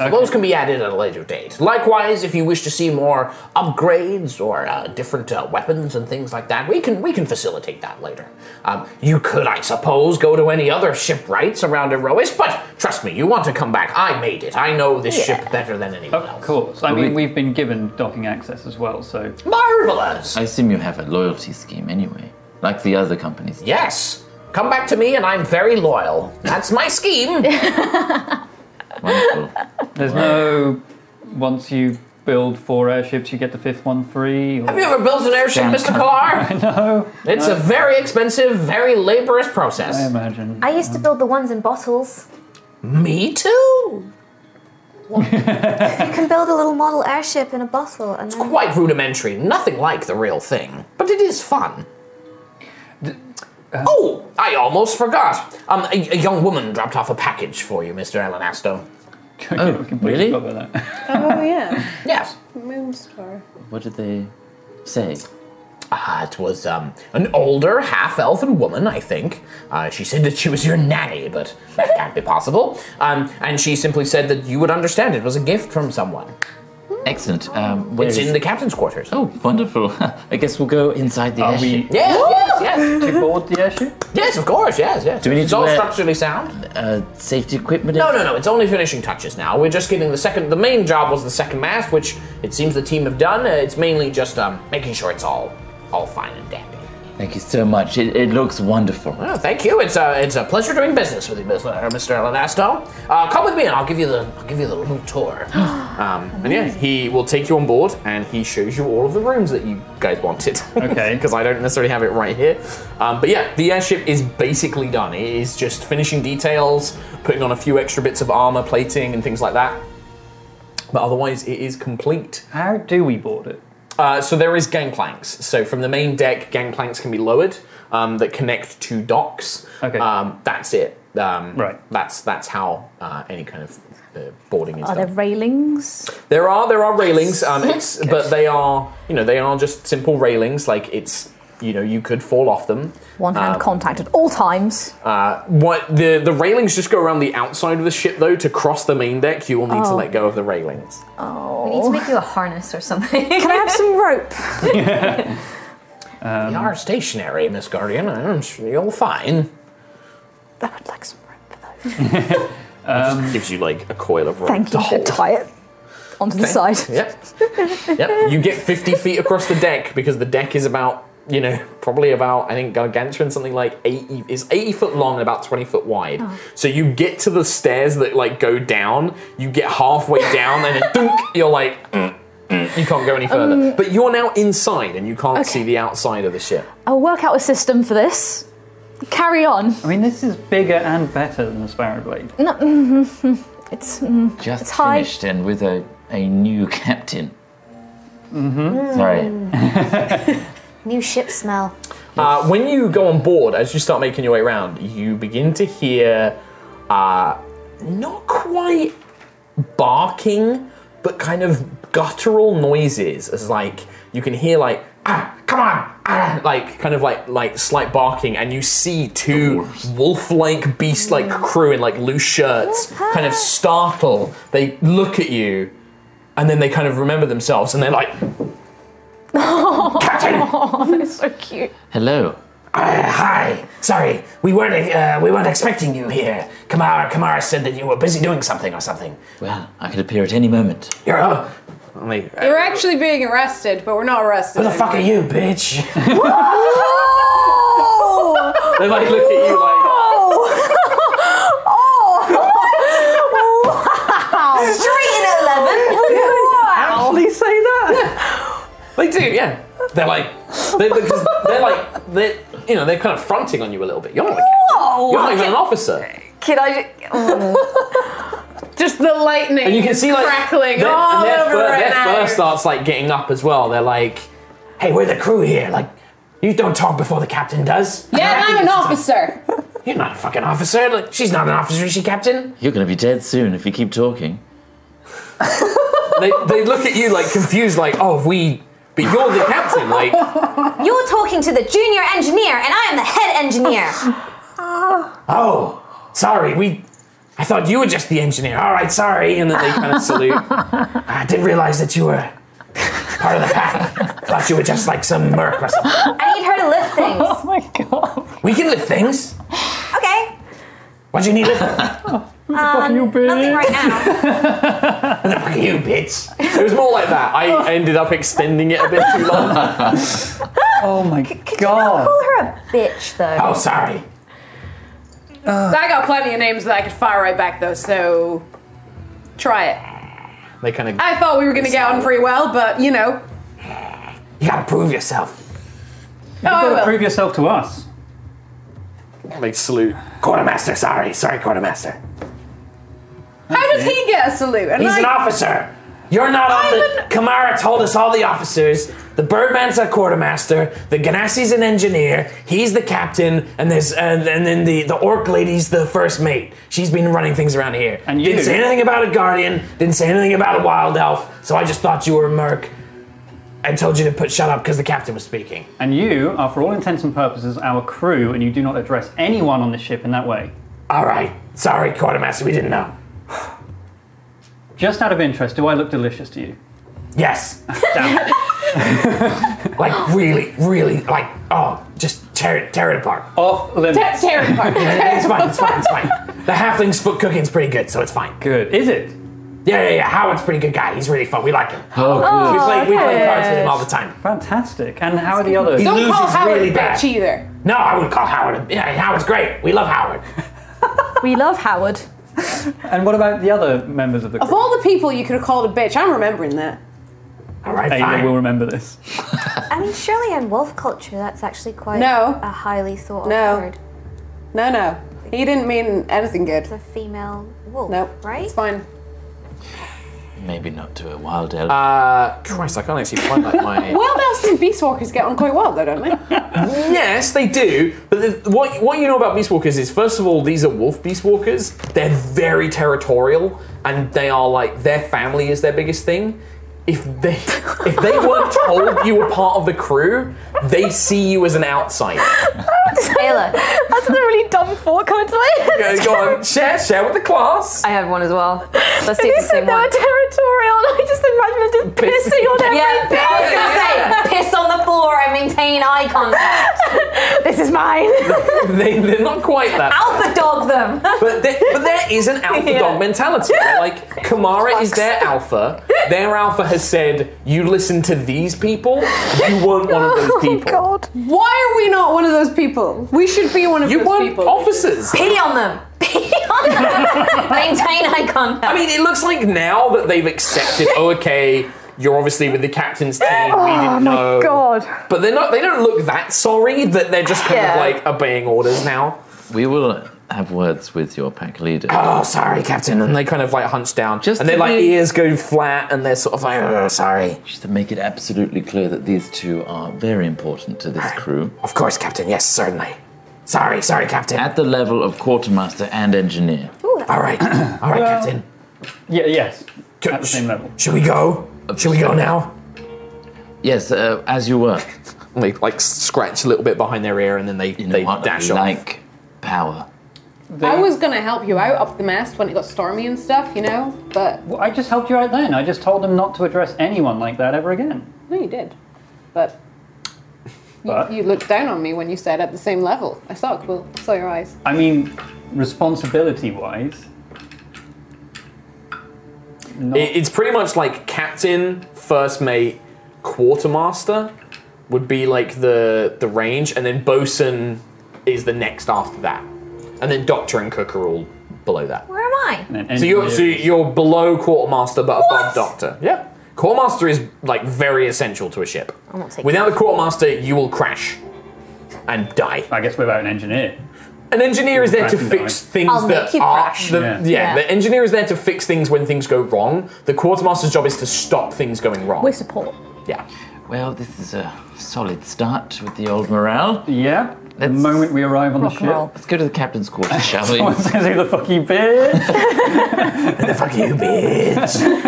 [SPEAKER 6] So those can be added at a later date. Likewise, if you wish to see more upgrades or uh, different uh, weapons and things like that, we can we can facilitate that later. Um, you could, I suppose, go to any other shipwrights around Erois, but trust me, you want to come back. I made it. I know this
[SPEAKER 7] Yeah. Oh,
[SPEAKER 6] ship better than anyone else.
[SPEAKER 7] Of course. I
[SPEAKER 9] Well,
[SPEAKER 7] mean,
[SPEAKER 9] we-
[SPEAKER 7] we've been given docking access as well, so.
[SPEAKER 6] Marvelous.
[SPEAKER 9] I assume you have a loyalty scheme anyway, like the other companies.
[SPEAKER 6] Yes, come back to me, and I'm very loyal. That's my scheme.
[SPEAKER 9] Wonderful.
[SPEAKER 7] There's no. Once you build four airships, you get the fifth one free. Or...
[SPEAKER 6] Have you ever built an airship,
[SPEAKER 7] Damn
[SPEAKER 6] Mr.
[SPEAKER 7] cunt.
[SPEAKER 6] Kalar?
[SPEAKER 7] no.
[SPEAKER 6] It's a very expensive, very laborious process.
[SPEAKER 7] Uh, I imagine.
[SPEAKER 3] I used to build the ones in bottles.
[SPEAKER 6] Me too.
[SPEAKER 3] You can build a little model airship in a bottle, and then
[SPEAKER 6] Quite rudimentary, nothing like the real thing, but it is fun. oh, I almost forgot. Um, a, a young woman dropped off a package for you, Mr. Elanasto.
[SPEAKER 7] oh,
[SPEAKER 9] really?
[SPEAKER 8] Oh yeah.
[SPEAKER 6] yes.
[SPEAKER 8] Moonstar.
[SPEAKER 9] What did they say?
[SPEAKER 6] Ah, it was um, an older half-elfin woman, I think. Uh, she said that she was your nanny, but that can't be possible. Um, and she simply said that you would understand it was a gift from someone.
[SPEAKER 9] Excellent. Um, where
[SPEAKER 6] It's
[SPEAKER 9] is-
[SPEAKER 6] in the captain's quarters.
[SPEAKER 9] Oh, wonderful. I guess we'll go inside the
[SPEAKER 7] Are
[SPEAKER 9] airship.
[SPEAKER 6] Yes, yes, yes.
[SPEAKER 7] To board the airship?
[SPEAKER 6] Yes, of course, yes, yes.
[SPEAKER 9] Do we need
[SPEAKER 6] it's
[SPEAKER 9] to
[SPEAKER 6] all
[SPEAKER 9] wear-
[SPEAKER 6] structurally sound.
[SPEAKER 9] Uh, safety equipment?
[SPEAKER 6] No, no, no. It's only finishing touches now. We're just getting the second. The main job was the second mast, which it seems the team have done. Uh, it's mainly just um, making sure it's all, all fine and dandy.
[SPEAKER 9] Thank you so much. It, it looks wonderful.
[SPEAKER 6] Well, thank you. It's a, it's a pleasure doing business with you, Miss- uh, Mr. Elanasto. Uh, come with me, and I'll give you the, I'll give you the little tour. um, and yeah, he will take you on board, and he shows you all of the rooms that you guys wanted. Okay. Because I don't necessarily have it right here. Um, but yeah, the airship is basically done. It is just finishing details, putting on a few extra bits of armor plating and things like that. But otherwise, it is complete.
[SPEAKER 7] How do we board it?
[SPEAKER 6] Uh, so there is gangplanks. So from the main deck, gangplanks can be lowered um, that connect to docks. Okay. Um, that's it. Um, right. That's that's how uh, any kind of uh, boarding is
[SPEAKER 11] Are
[SPEAKER 6] done.
[SPEAKER 11] there railings?
[SPEAKER 6] There are there are railings, um, it's, but they are you know they are just simple railings. Like it's you know you could fall off them.
[SPEAKER 11] One hand
[SPEAKER 6] Um,
[SPEAKER 11] contact at all times.
[SPEAKER 6] uh, what the the railings just go around the outside of the ship though. To cross the main deck, you will need to
[SPEAKER 11] Oh.
[SPEAKER 6] let go of the railings.
[SPEAKER 11] Oh.
[SPEAKER 3] we need to make you a harness or something.
[SPEAKER 11] Can I have some rope?
[SPEAKER 6] we are stationary, Miss Guardian. I'm sure you'll find.
[SPEAKER 11] I would like some rope.
[SPEAKER 6] Um, just gives you like a coil of rope.
[SPEAKER 11] Thank
[SPEAKER 6] to
[SPEAKER 11] you.
[SPEAKER 6] hold.
[SPEAKER 11] Tie it onto the
[SPEAKER 6] Okay.
[SPEAKER 11] side.
[SPEAKER 6] Yep. Yep. You get 50 feet across the deck because the deck is about, you know, probably about, I think, gargantuan, something like 80, is 80 foot long and about 20 foot wide.
[SPEAKER 11] Oh.
[SPEAKER 6] So you get to the stairs that like go down, you get halfway down, and then dunk, you're like, "Mm, You can't go any further.
[SPEAKER 11] Um,
[SPEAKER 6] but you're now inside and you can't
[SPEAKER 11] Okay.
[SPEAKER 6] see the outside of the ship.
[SPEAKER 11] I'll work out a system for this. Carry on.
[SPEAKER 7] I mean, this is bigger and better than the Sparrow Blade.
[SPEAKER 11] No, mm, mm, mm. it's mm,
[SPEAKER 9] Just
[SPEAKER 11] it's high.
[SPEAKER 9] finished and with a, a new captain.
[SPEAKER 7] Mm-hmm.
[SPEAKER 9] Sorry.
[SPEAKER 3] New ship smell.
[SPEAKER 6] Uh, when you go on board, as you start making your way around, you begin to hear uh, not quite barking, but kind of guttural noises. As like you can hear like ah, come on, ah, like kind of like like slight barking, and you see two wolf-like beast-like crew in like loose shirts, kind of startle. They look at you, and then they kind of remember themselves, and they're like.
[SPEAKER 11] Oh, that's so cute.
[SPEAKER 9] Hello.
[SPEAKER 13] Uh, hi. Sorry, we weren't uh, we weren't expecting you here. Kamara Kamara said that you were busy doing something or something.
[SPEAKER 9] Well, I could appear at any moment.
[SPEAKER 13] You're uh, only.
[SPEAKER 8] You're actually being arrested, but we're not arrested.
[SPEAKER 13] Who the fuck are you, bitch?
[SPEAKER 6] They like look at you like.
[SPEAKER 8] Oh!
[SPEAKER 3] Wow. Straight in at 11.
[SPEAKER 6] Actually, say that. they do, yeah. They're like, they're, because they're like, they, you know, they're kind of fronting on you a little bit. You're not, like,
[SPEAKER 3] Whoa.
[SPEAKER 6] you're not even an officer,
[SPEAKER 3] Can I ju-
[SPEAKER 8] Just the lightning.
[SPEAKER 6] and you can
[SPEAKER 8] is
[SPEAKER 6] see like
[SPEAKER 8] crackling
[SPEAKER 6] their,
[SPEAKER 8] all
[SPEAKER 6] and their
[SPEAKER 8] over
[SPEAKER 6] fur,
[SPEAKER 8] right
[SPEAKER 6] their
[SPEAKER 8] now.
[SPEAKER 6] fur starts like getting up as well. They're like,
[SPEAKER 13] hey, we're the crew here. Like, you don't talk before the captain does.
[SPEAKER 8] Yeah, and I'm an officer.
[SPEAKER 13] You're not a fucking officer. Like, she's not an officer. Is she captain?
[SPEAKER 9] You're going to be dead soon if you keep talking.
[SPEAKER 6] they, they look at you like confused, like, oh, we, but you're the captain, like.
[SPEAKER 3] You're talking to the junior engineer, and I am the head engineer.
[SPEAKER 13] Oh, sorry. We. I thought you were just the engineer. All right, sorry. And then they kind of salute. I didn't realize that you were part of the pack. Thought you were just like some merc or something.
[SPEAKER 3] I need her to lift things. Oh
[SPEAKER 11] my god.
[SPEAKER 13] We can lift things.
[SPEAKER 3] Okay.
[SPEAKER 13] What do you need lift? What
[SPEAKER 3] Um, nothing right now.
[SPEAKER 13] the fuck are you, bitch? Oh.
[SPEAKER 6] It was more like that. I ended up extending it a bit too long.
[SPEAKER 7] oh my god.
[SPEAKER 3] Call her a bitch, though.
[SPEAKER 13] Oh, sorry.
[SPEAKER 8] I got plenty of names that I could fire right back though, so try it.
[SPEAKER 6] They kind of.
[SPEAKER 8] I thought we were gonna get on pretty well, but you know.
[SPEAKER 13] You gotta prove yourself.
[SPEAKER 7] You've
[SPEAKER 8] Oh,
[SPEAKER 7] got to prove yourself to us.
[SPEAKER 6] They salute.
[SPEAKER 13] Quartermaster, sorry. Sorry, quartermaster.
[SPEAKER 8] How does he get a salute? And
[SPEAKER 13] He's
[SPEAKER 8] I-
[SPEAKER 13] an officer. You're not on the. Kamara told us all the officers. The Birdman's a quartermaster. The Ganassi's an engineer. He's the captain, and there's and, and then the the orc lady's the first mate. She's been running things around here. And
[SPEAKER 7] you.
[SPEAKER 13] didn't say anything about a guardian. Didn't say anything about a wild elf. So I just thought you were a merc. I told you to put shut up because the captain was speaking.
[SPEAKER 7] And you are, for all intents and purposes, our crew, and you do not address anyone on the ship in that way.
[SPEAKER 13] All right. Sorry, quartermaster. We didn't know.
[SPEAKER 7] Just out of interest, do I look delicious to you?
[SPEAKER 13] Yes. like really, really, like oh, just tear it, tear it apart.
[SPEAKER 7] Off limits.
[SPEAKER 8] Tear- tear it apart.
[SPEAKER 13] it's fine. It's fine. It's fine. The halfling's foot cooking's pretty good, so it's fine.
[SPEAKER 7] Good. Is it?
[SPEAKER 13] Yeah, yeah, yeah. Howard's a pretty good guy. He's really fun. We like him.
[SPEAKER 9] Oh,
[SPEAKER 7] good.
[SPEAKER 13] we play we play
[SPEAKER 7] okay.
[SPEAKER 13] cards with him all the time.
[SPEAKER 7] Fantastic. And how are the others?
[SPEAKER 13] He
[SPEAKER 8] Don't
[SPEAKER 13] loses
[SPEAKER 8] call Howard
[SPEAKER 13] really
[SPEAKER 8] a bitch
[SPEAKER 13] bad.
[SPEAKER 8] either.
[SPEAKER 13] No, I wouldn't call Howard. A, yeah, Howard's great. We love Howard.
[SPEAKER 11] We love Howard.
[SPEAKER 7] And what about the other members of the
[SPEAKER 8] Of
[SPEAKER 7] crew?
[SPEAKER 8] all the people you could have called a bitch, I'm remembering that.
[SPEAKER 13] All right,
[SPEAKER 7] Ayla will remember this.
[SPEAKER 3] I mean, surely in wolf culture, that's actually quite
[SPEAKER 8] No.
[SPEAKER 3] a highly thought of
[SPEAKER 8] No.
[SPEAKER 3] word.
[SPEAKER 8] No, no. He didn't mean anything good.
[SPEAKER 3] It's a female wolf,
[SPEAKER 8] Nope.
[SPEAKER 3] right?
[SPEAKER 8] It's fine.
[SPEAKER 9] Maybe not to a wild elf.
[SPEAKER 6] Uh, Christ, I can't actually find like my.
[SPEAKER 8] Well, mouse and beast walkers get on quite well though, don't they?
[SPEAKER 6] Yes, they do. But the, what what you know about beast walkers is first of all, these are wolf beast walkers. They're very territorial, and they are like their family is their biggest thing. If they if they weren't told you were part of the crew, they see you as an outsider.
[SPEAKER 3] Taylor.
[SPEAKER 11] That's a really dumb thought coming to my
[SPEAKER 6] Yeah,
[SPEAKER 11] head.
[SPEAKER 6] go on, share share with the class.
[SPEAKER 3] I had one as well. Let's see
[SPEAKER 11] You
[SPEAKER 3] if it's the
[SPEAKER 11] said
[SPEAKER 3] same
[SPEAKER 11] they were
[SPEAKER 3] one.
[SPEAKER 11] territorial, and I just imagine them just pissing on
[SPEAKER 3] Yeah,
[SPEAKER 11] everything.
[SPEAKER 3] I was gonna say, piss on the floor and maintain eye contact.
[SPEAKER 11] this is mine.
[SPEAKER 6] They, they're not quite that.
[SPEAKER 3] Alpha dog them.
[SPEAKER 6] But there, but there is an alpha
[SPEAKER 3] Yeah.
[SPEAKER 6] dog mentality. They're like Kamara is their alpha. Their alpha has said, "You listen to these people. You weren't one of
[SPEAKER 3] Oh
[SPEAKER 6] those people.
[SPEAKER 8] Why are we not one of those people? We should be one of
[SPEAKER 6] you
[SPEAKER 8] those
[SPEAKER 6] weren't
[SPEAKER 8] people.
[SPEAKER 6] officers."
[SPEAKER 3] Pee on them. Pee on them. maintain eye contact.
[SPEAKER 6] I mean, it looks like now that they've accepted. Oh, okay. You're obviously with the captain's team. We
[SPEAKER 11] Oh
[SPEAKER 6] didn't
[SPEAKER 11] my
[SPEAKER 6] know.
[SPEAKER 11] God.
[SPEAKER 6] But they're not. They don't look that sorry that they're just kind
[SPEAKER 11] Yeah.
[SPEAKER 6] of like obeying orders now.
[SPEAKER 9] We will have words with your pack leader.
[SPEAKER 6] Oh, sorry, Captain. And they kind of like hunch down. Just and their
[SPEAKER 9] to
[SPEAKER 6] like
[SPEAKER 9] be-
[SPEAKER 6] ears go flat, and they're sort of like, oh, sorry.
[SPEAKER 9] Just to make it absolutely clear that these two are very important to this crew.
[SPEAKER 6] Of course, Captain. Yes, certainly. Sorry, sorry, Captain.
[SPEAKER 9] At the level of quartermaster and engineer.
[SPEAKER 6] All right, all right, Captain.
[SPEAKER 7] Yeah, yes.
[SPEAKER 9] At the same
[SPEAKER 7] level.
[SPEAKER 6] Should we go? Should we go now?
[SPEAKER 9] Yes, uh, as you were.
[SPEAKER 6] they like scratch a little bit behind their ear, and then they they dash off.
[SPEAKER 9] Like power.
[SPEAKER 8] I was gonna help you out up the mast when it got stormy and stuff, you know, but
[SPEAKER 7] Well, I just helped you out then. I just told them not to address anyone like that ever again.
[SPEAKER 8] no, you did. But
[SPEAKER 7] But
[SPEAKER 8] you looked down on me when you said at the same level. I saw, well, I saw your eyes.
[SPEAKER 7] I mean, responsibility-wise,
[SPEAKER 6] It- it's pretty much like captain, first mate, quartermaster would be like the the range, and then bosun is the next after that, and then doctor and cook are all below that.
[SPEAKER 11] Where am I?
[SPEAKER 6] So you're so you're below quartermaster but above doctor. Yeah, quartermaster is like very essential to a ship.
[SPEAKER 11] I'm not taking
[SPEAKER 6] Without the quartermaster, you will crash and die.
[SPEAKER 7] I guess without an engineer.
[SPEAKER 6] An engineer is there
[SPEAKER 7] Crash
[SPEAKER 6] to
[SPEAKER 7] and
[SPEAKER 6] fix
[SPEAKER 7] die.
[SPEAKER 6] things
[SPEAKER 7] I'll
[SPEAKER 6] that
[SPEAKER 7] make you
[SPEAKER 6] are
[SPEAKER 7] crash.
[SPEAKER 6] the-
[SPEAKER 7] Yeah.
[SPEAKER 6] yeah.
[SPEAKER 7] Yeah.
[SPEAKER 6] The engineer is there to fix things when things go wrong. The quartermaster's job is to stop things going wrong.
[SPEAKER 11] We're support.
[SPEAKER 6] yeah.
[SPEAKER 9] Well, this is a solid start with the old morale.
[SPEAKER 7] Yeah. the moment we arrive on the ship.
[SPEAKER 9] Let's go to the captain's quarters, shall we?
[SPEAKER 7] Someone says, "Who the fuck you, bitch?"
[SPEAKER 6] the fuck you, bitch.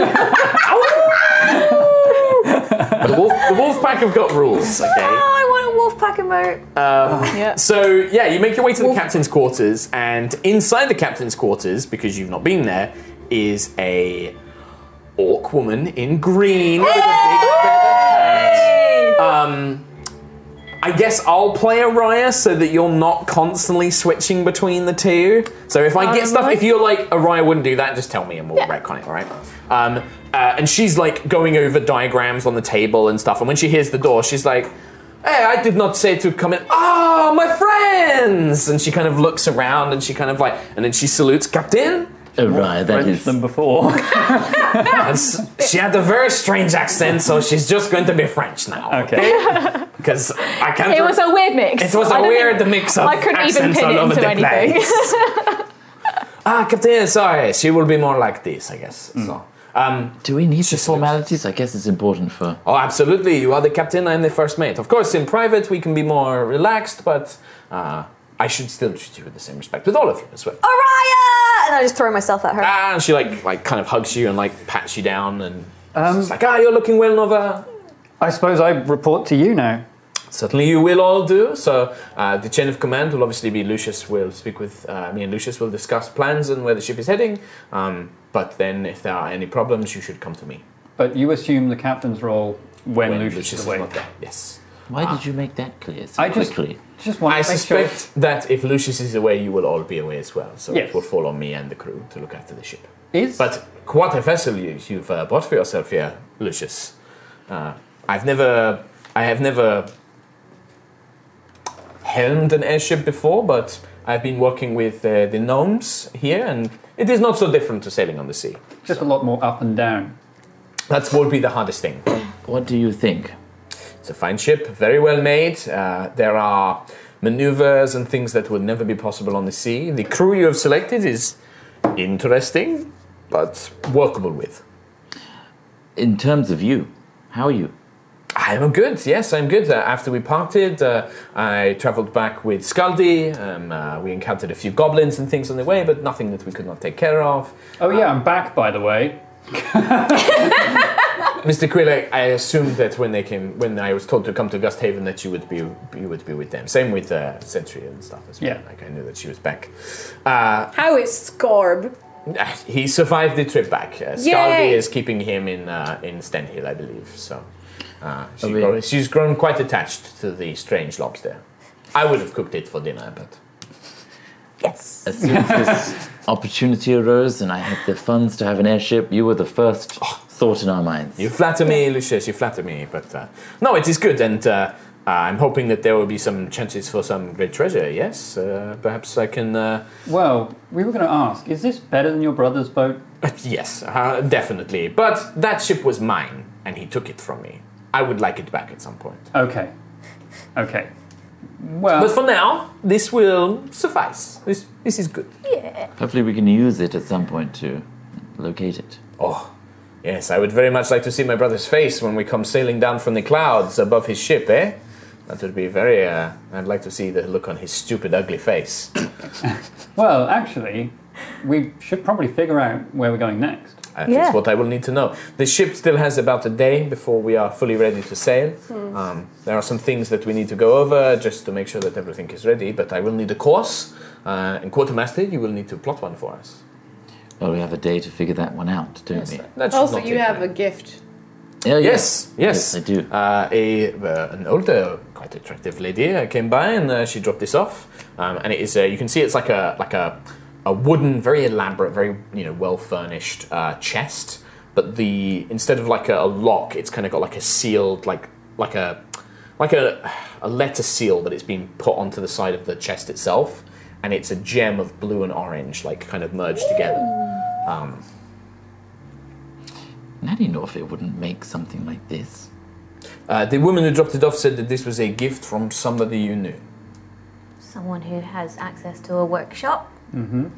[SPEAKER 6] Oh, the, wolf, the wolf pack have got rules, okay?
[SPEAKER 11] I want a wolf pack emote.
[SPEAKER 6] Um,
[SPEAKER 11] Yeah.
[SPEAKER 6] So yeah, you make your way to the captain's quarters, and inside the captain's quarters, because you've not been there, is a orc woman in green with a big feather hat. Um, I guess I'll play Araya so that you're not constantly switching between the two. So if I
[SPEAKER 13] Um,
[SPEAKER 6] get stuff, if you're like Araya wouldn't do that, just tell me and we'll retcon it, all right? Um, uh, and she's like going over diagrams on the table and stuff. And when she hears the door, she's like. Hey, I did not say to come in. Ah, my friends! And she kind of looks around and she kind of like, and then she salutes Captain.
[SPEAKER 9] Oh, right, that is.
[SPEAKER 6] them
[SPEAKER 7] before.
[SPEAKER 6] and s- she had a very strange accent, so she's just going to be French now. Okay. Because I can't.
[SPEAKER 11] It was a weird mix.
[SPEAKER 6] It was
[SPEAKER 11] I
[SPEAKER 6] a
[SPEAKER 11] don't
[SPEAKER 6] weird
[SPEAKER 11] think-
[SPEAKER 6] mix of
[SPEAKER 11] I couldn't even
[SPEAKER 6] accents
[SPEAKER 11] pin
[SPEAKER 6] all
[SPEAKER 11] it
[SPEAKER 6] over
[SPEAKER 11] into
[SPEAKER 6] the
[SPEAKER 11] anything.
[SPEAKER 6] place. ah, Captain, sorry. She will be more like this, I guess. So. Um,
[SPEAKER 9] Do we need the formalities? I guess it's important for.
[SPEAKER 6] Oh, absolutely. You are the captain, I'm the first mate. Of course, in private, we can be more relaxed, but uh, I should still treat you with the same respect with all of you as well.
[SPEAKER 3] Araya! And I just throw myself at her.
[SPEAKER 6] Ah, and she like like kind of hugs you and like pats you down and
[SPEAKER 7] Um,
[SPEAKER 6] she's like, ah, you're looking well, Nova.
[SPEAKER 7] I suppose I report to you now.
[SPEAKER 6] Certainly, you will all do. So, uh, the chain of command will obviously be Lucius will speak with uh, me, and Lucius will discuss plans and where the ship is heading. Um, but then, if there are any problems, you should come to me.
[SPEAKER 7] But you assume the captain's role when, Lucius, is away.
[SPEAKER 6] Yes.
[SPEAKER 9] Why did you make that clear so
[SPEAKER 7] I just-
[SPEAKER 9] quickly?
[SPEAKER 7] Just wanted
[SPEAKER 6] I
[SPEAKER 7] to make sure-
[SPEAKER 6] suspect that if Lucius is away, you will all be away as well. So
[SPEAKER 7] Yes.
[SPEAKER 6] it will fall on me and the crew to look after the ship.
[SPEAKER 7] Is-
[SPEAKER 6] but what a vessel you, you've uh, bought for yourself here, Lucius. Uh, I've never, I have never helmed an airship before, but I've been working with uh, the gnomes here, and it is not so different to sailing on the sea.
[SPEAKER 7] Just a lot more up and down.
[SPEAKER 6] That would be the hardest thing.
[SPEAKER 9] What do you think?
[SPEAKER 6] It's a fine ship, very well made. Uh, there are maneuvers and things that would never be possible on the sea. The crew you have selected is interesting, but workable with.
[SPEAKER 9] In terms of you, how are you?
[SPEAKER 6] I am good. Yes, I'm good. Uh, after we parted, uh, I travelled back with Scaldi. Um, uh, we encountered a few goblins and things on the way, but nothing that we could not take care of.
[SPEAKER 7] Oh yeah, I'm back by the way.
[SPEAKER 6] Mr. Quillick, I assumed that when they came, when I was told to come to Gusthaven, that you would be you would be with them. Same with uh, Sentry and stuff as well.
[SPEAKER 8] Yeah.
[SPEAKER 6] Like I knew that she was back. Uh,
[SPEAKER 8] How is Scorb?
[SPEAKER 6] he survived the trip back. Uh, Scaldi
[SPEAKER 8] Yay!
[SPEAKER 6] is keeping him in uh, in Stenhill, I believe. So uh, she
[SPEAKER 9] Oh, really?
[SPEAKER 6] grown- she's grown quite attached to the strange lobster. I would have cooked it for dinner, but
[SPEAKER 9] Yes. As soon as this opportunity arose and I had the funds to have an airship, you were the first thought in our minds.
[SPEAKER 6] You flatter me, Lucius. You flatter me, but uh, no, it is good. And uh, Uh, I'm hoping that there will be some chances for some great treasure, yes? Uh, perhaps I can. Uh,
[SPEAKER 7] Well, we were going to ask, is this better than your brother's boat?
[SPEAKER 6] yes, uh, definitely. But that ship was mine, and he took it from me. I would like it back at some point.
[SPEAKER 7] Okay. Okay. Well.
[SPEAKER 6] But for now, this will suffice. This, this is good.
[SPEAKER 9] Hopefully, we can use it at some point to locate it.
[SPEAKER 6] Oh, yes, I would very much like to see my brother's face when we come sailing down from the clouds above his ship, eh? That would be very. Uh, I'd like to see the look on his stupid, ugly face.
[SPEAKER 7] Well, actually, we should probably figure out where we're going next.
[SPEAKER 6] That is Uh, what I will need to know. The ship still has about a day before we are fully ready to sail.
[SPEAKER 7] Hmm.
[SPEAKER 6] Um, there are some things that we need to go over just to make sure that everything is ready, but I will need a course. Uh, and Quartermaster, you will need to plot one for us.
[SPEAKER 9] Well, we have a day to figure that one out, don't we?
[SPEAKER 6] That should
[SPEAKER 8] also,
[SPEAKER 6] not
[SPEAKER 8] you
[SPEAKER 6] take
[SPEAKER 8] have a gift.
[SPEAKER 9] Yeah, yeah.
[SPEAKER 6] Yes, yes, I do. Uh, a uh, an older, quite attractive lady uh, came by and uh, she dropped this off, um, and it is uh, you can see it's like a like a a wooden, very elaborate, very you know well furnished uh, chest, but the instead of like a, a lock, it's kind of got like a sealed like like a like a a letter seal that it's been put onto the side of the chest itself, and it's a gem of blue and orange, like kind of merged together. Um,
[SPEAKER 9] Nanny Norfolk wouldn't make something like this.
[SPEAKER 6] Uh, the woman who dropped it off said that this was a gift from somebody you knew.
[SPEAKER 14] Someone who has access to a workshop.
[SPEAKER 6] Mm-hmm.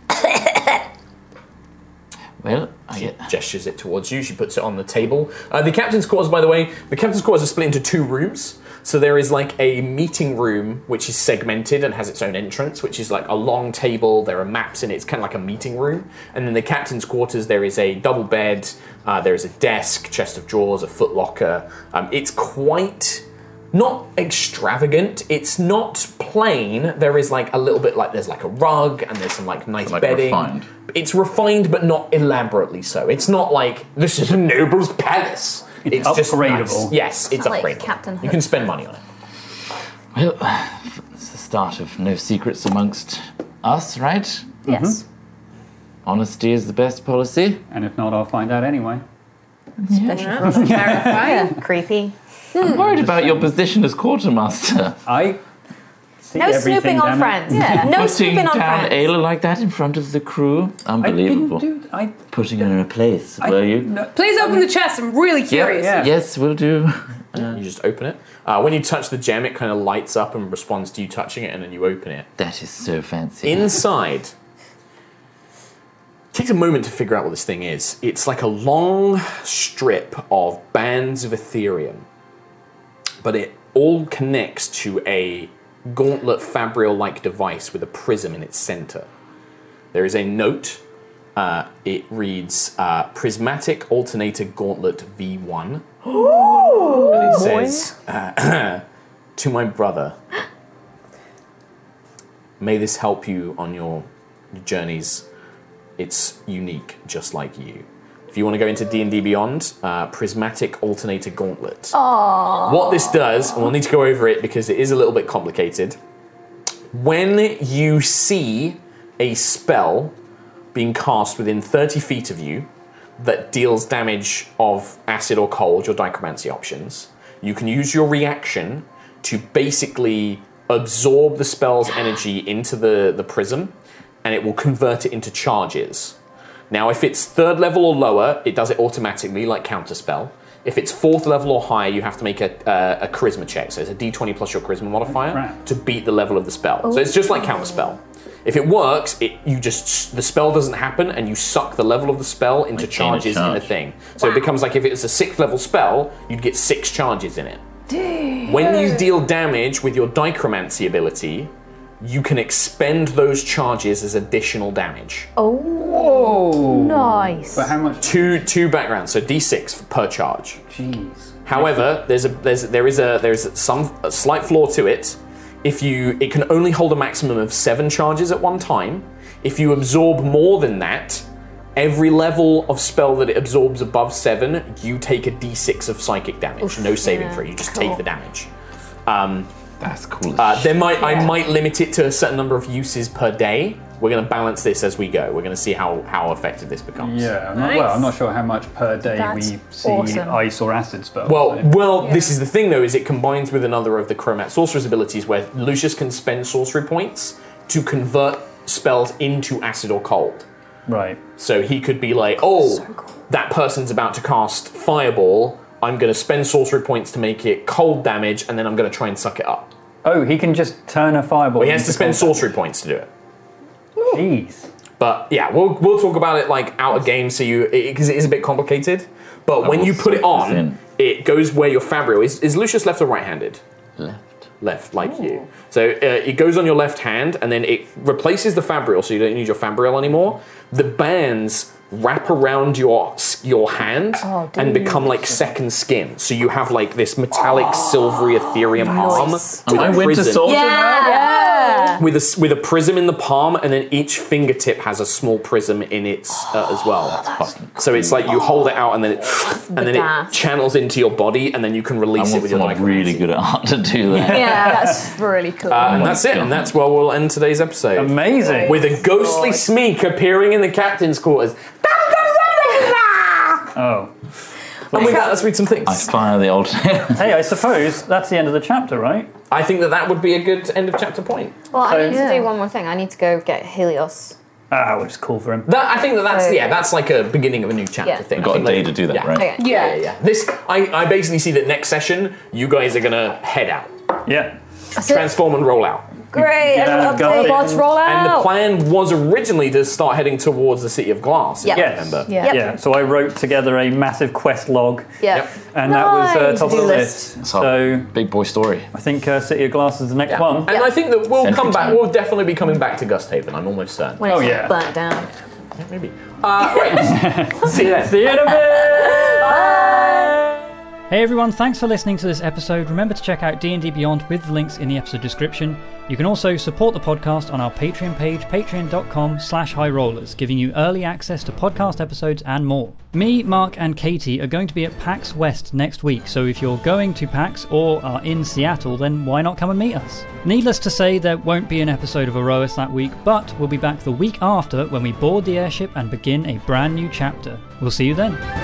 [SPEAKER 9] well, I
[SPEAKER 6] she gestures it towards you. She puts it on the table. Uh, the captain's quarters, by the way, the captain's quarters are split into two rooms. So there is like a meeting room which is segmented and has its own entrance, which is like a long table. There are maps in it. It's kind of like a meeting room. And then the captain's quarters, there is a double bed. Uh, there is a desk, chest of drawers, a footlocker. Um, it's quite not extravagant. It's not plain. There is like a little bit like there's like a rug and there's some like nice
[SPEAKER 9] Like
[SPEAKER 6] bedding.
[SPEAKER 9] refined.
[SPEAKER 6] It's refined, but not elaborately so. It's not like this is a noble's palace. It's, just
[SPEAKER 9] upgradable.
[SPEAKER 6] nice. Yes, it's
[SPEAKER 14] Like
[SPEAKER 6] upgradable.
[SPEAKER 14] Captain
[SPEAKER 6] you
[SPEAKER 14] Hook.
[SPEAKER 6] can spend money on it.
[SPEAKER 9] Well, it's the start of no secrets amongst us, right?
[SPEAKER 14] Yes.
[SPEAKER 9] Honesty is the best policy.
[SPEAKER 7] And if not, I'll find out anyway.
[SPEAKER 14] Especially
[SPEAKER 7] Yeah.
[SPEAKER 14] Creepy.
[SPEAKER 9] I'm worried about your position as quartermaster.
[SPEAKER 7] I see
[SPEAKER 14] No everything, snooping on damn it. friends. Yeah, no
[SPEAKER 9] Putting
[SPEAKER 14] snooping on
[SPEAKER 9] down
[SPEAKER 14] friends.
[SPEAKER 9] Ayla like that in front of the crew. Unbelievable.
[SPEAKER 7] I
[SPEAKER 9] Putting her in her place, were you?
[SPEAKER 4] Please open the chest. I'm really curious.
[SPEAKER 9] Yes, we'll do.
[SPEAKER 6] you just open it. Uh, when you touch the gem, it kind of lights up and responds to you touching it, and then you open it.
[SPEAKER 9] That is so fancy.
[SPEAKER 6] Inside, takes a moment to figure out what this thing is. It's like a long strip of bands of Ethereum, but it all connects to a gauntlet fabrial like device with a prism in its center. There is a note. Uh, it reads uh, Prismatic Alternator Gauntlet V1. And it says, uh, To my brother, may this help you on your journeys. It's unique, just like you. If you want to go into D&D Beyond, uh, Prismatic Alternator Gauntlet.
[SPEAKER 11] Aww.
[SPEAKER 6] What this does, and we'll need to go over it because it is a little bit complicated. When you see a spell being cast within 30 feet of you that deals damage of acid or cold, your dichromancy options, you can use your reaction to basically absorb the spell's energy into the, the prism and it will convert it into charges. Now, if it's third level or lower, it does it automatically, like counterspell. If it's fourth level or higher, you have to make a, uh, a charisma check. So it's a d20 plus your charisma modifier to beat the level of the spell. So it's just like counterspell. If it works, it you just the spell doesn't happen, and you suck the level of the spell into charges in
[SPEAKER 9] charge.
[SPEAKER 6] the thing. So it becomes like if it was a sixth level spell, you'd get six charges in it. When you deal damage with your dichromancy ability, you can expend those charges as additional damage.
[SPEAKER 14] Oh.
[SPEAKER 7] Whoa.
[SPEAKER 14] Nice.
[SPEAKER 7] Oh. But how much?
[SPEAKER 6] Two two backgrounds, so d6 per charge.
[SPEAKER 7] Jeez.
[SPEAKER 6] However, there's a there's there is a there is some a slight flaw to it. If you it can only hold a maximum of seven charges at one time. If you absorb more than that, every level of spell that it absorbs above seven, you take a d6 of psychic damage. no saving
[SPEAKER 9] yeah,
[SPEAKER 6] for it. You just
[SPEAKER 9] cool.
[SPEAKER 6] take the damage. Uh, Um,
[SPEAKER 9] That's cool.
[SPEAKER 6] uh, there might I might limit it to a certain number of uses per day, We're going to balance this as we go. We're going to see how, how effective this becomes.
[SPEAKER 7] Yeah, I'm not, well, I'm not sure how much per day
[SPEAKER 6] That's
[SPEAKER 7] we see
[SPEAKER 6] awesome.
[SPEAKER 7] ice or acid spells.
[SPEAKER 6] Well, well, this is the thing though, is it combines with another of the Chromat sorcerer's abilities where Lucius can spend sorcery points to convert spells into acid or cold.
[SPEAKER 7] Right.
[SPEAKER 6] So he could be like, oh, that person's about to cast Fireball. I'm going to spend sorcery points to make it cold damage, and then I'm going to try and suck it up.
[SPEAKER 7] Oh, he can just turn a fireball.
[SPEAKER 6] Well, he has
[SPEAKER 7] into
[SPEAKER 6] to spend
[SPEAKER 7] cold
[SPEAKER 6] sorcery points to do it.
[SPEAKER 7] damage. Jeez.
[SPEAKER 6] But yeah, we'll we'll talk about it like out of game, so you because it is a bit complicated. But
[SPEAKER 9] I
[SPEAKER 6] when
[SPEAKER 9] will
[SPEAKER 6] you put it
[SPEAKER 9] soak this in.
[SPEAKER 6] on, it goes where your Fabrio is. Is Lucius left or right-handed? Left. Left, like
[SPEAKER 13] Oh.
[SPEAKER 6] you. So uh, it goes on your left hand, and then it replaces the Fabriel, so you don't need your Fabriel anymore. The bands wrap around your s- your hand
[SPEAKER 13] Oh,
[SPEAKER 6] and become like second skin. So you have like this metallic, silvery, ethereum
[SPEAKER 13] Oh, Nice.
[SPEAKER 6] arm.
[SPEAKER 13] Am I
[SPEAKER 6] with a
[SPEAKER 13] Winter
[SPEAKER 6] prism
[SPEAKER 13] Soldier now?
[SPEAKER 11] Yeah.
[SPEAKER 6] with a s- with a prism in the palm, and then each fingertip has a small prism in its uh,
[SPEAKER 13] Oh,
[SPEAKER 6] as well. so it's like you hold it out, and then it and then it
[SPEAKER 11] Badass.
[SPEAKER 6] channels into your body, and then you can
[SPEAKER 9] I
[SPEAKER 6] release it
[SPEAKER 9] want
[SPEAKER 6] with your
[SPEAKER 9] someone
[SPEAKER 6] like.
[SPEAKER 9] really good at art to do that.
[SPEAKER 11] Yeah, that's really cool.
[SPEAKER 6] Uh, and that's it, and that's where we'll end today's episode.
[SPEAKER 7] Amazing!
[SPEAKER 6] With a ghostly smeek appearing in the captain's quarters.
[SPEAKER 7] Oh.
[SPEAKER 6] And with that, let's read some things.
[SPEAKER 9] I fire the old.
[SPEAKER 7] hey, I suppose that's the end of the chapter, right?
[SPEAKER 6] I think that that would be a good end of chapter point.
[SPEAKER 3] Well,
[SPEAKER 7] So-
[SPEAKER 3] I need
[SPEAKER 7] Yeah.
[SPEAKER 3] to do one more thing. I need to go get Helios.
[SPEAKER 7] Ah, which is cool for him.
[SPEAKER 6] That, I think that that's
[SPEAKER 3] So-
[SPEAKER 6] yeah, that's like a beginning of a new chapter
[SPEAKER 3] Yeah.
[SPEAKER 6] thing.
[SPEAKER 9] We've got
[SPEAKER 6] I
[SPEAKER 9] a
[SPEAKER 6] think
[SPEAKER 9] day to do that,
[SPEAKER 6] yeah.
[SPEAKER 9] right?
[SPEAKER 3] Okay.
[SPEAKER 6] Yeah, yeah, yeah. This I, I basically see that next session you guys are gonna head out.
[SPEAKER 7] Yeah.
[SPEAKER 6] Transform and roll out.
[SPEAKER 3] Great.
[SPEAKER 6] Yeah,
[SPEAKER 3] I love
[SPEAKER 6] got it.
[SPEAKER 3] robots roll out.
[SPEAKER 6] And the plan was originally to start heading towards the city of glass. if
[SPEAKER 3] Yep.
[SPEAKER 6] you
[SPEAKER 3] Yes.
[SPEAKER 6] remember.
[SPEAKER 3] Yep. Yep.
[SPEAKER 7] Yeah, so I wrote together a massive quest log,
[SPEAKER 3] Yeah.
[SPEAKER 7] and that was uh, top of the list. So
[SPEAKER 9] big boy story.
[SPEAKER 7] I think uh, City of Glass is the next
[SPEAKER 6] Yeah.
[SPEAKER 7] one.
[SPEAKER 6] And I think that we'll
[SPEAKER 7] Sentry
[SPEAKER 6] come back.
[SPEAKER 7] time.
[SPEAKER 6] We'll definitely be coming back to Gusthaven. I'm almost certain.
[SPEAKER 7] When it's Oh, yeah.
[SPEAKER 14] burnt down.
[SPEAKER 6] Maybe. Uh, right. See you then.
[SPEAKER 7] See you in a bit.
[SPEAKER 1] Hey everyone, thanks for listening to this episode. Remember to check out D&D Beyond with the links in the episode description. You can also support the podcast on our Patreon page, patreon.com slash highrollers, giving you early access to podcast episodes and more. Me, Mark and Katie are going to be at PAX West next week, so if you're going to PAX or are in Seattle, then why not come and meet us? Needless to say, there won't be an episode of Erois that week, but we'll be back the week after when we board the airship and begin a brand new chapter. We'll see you then.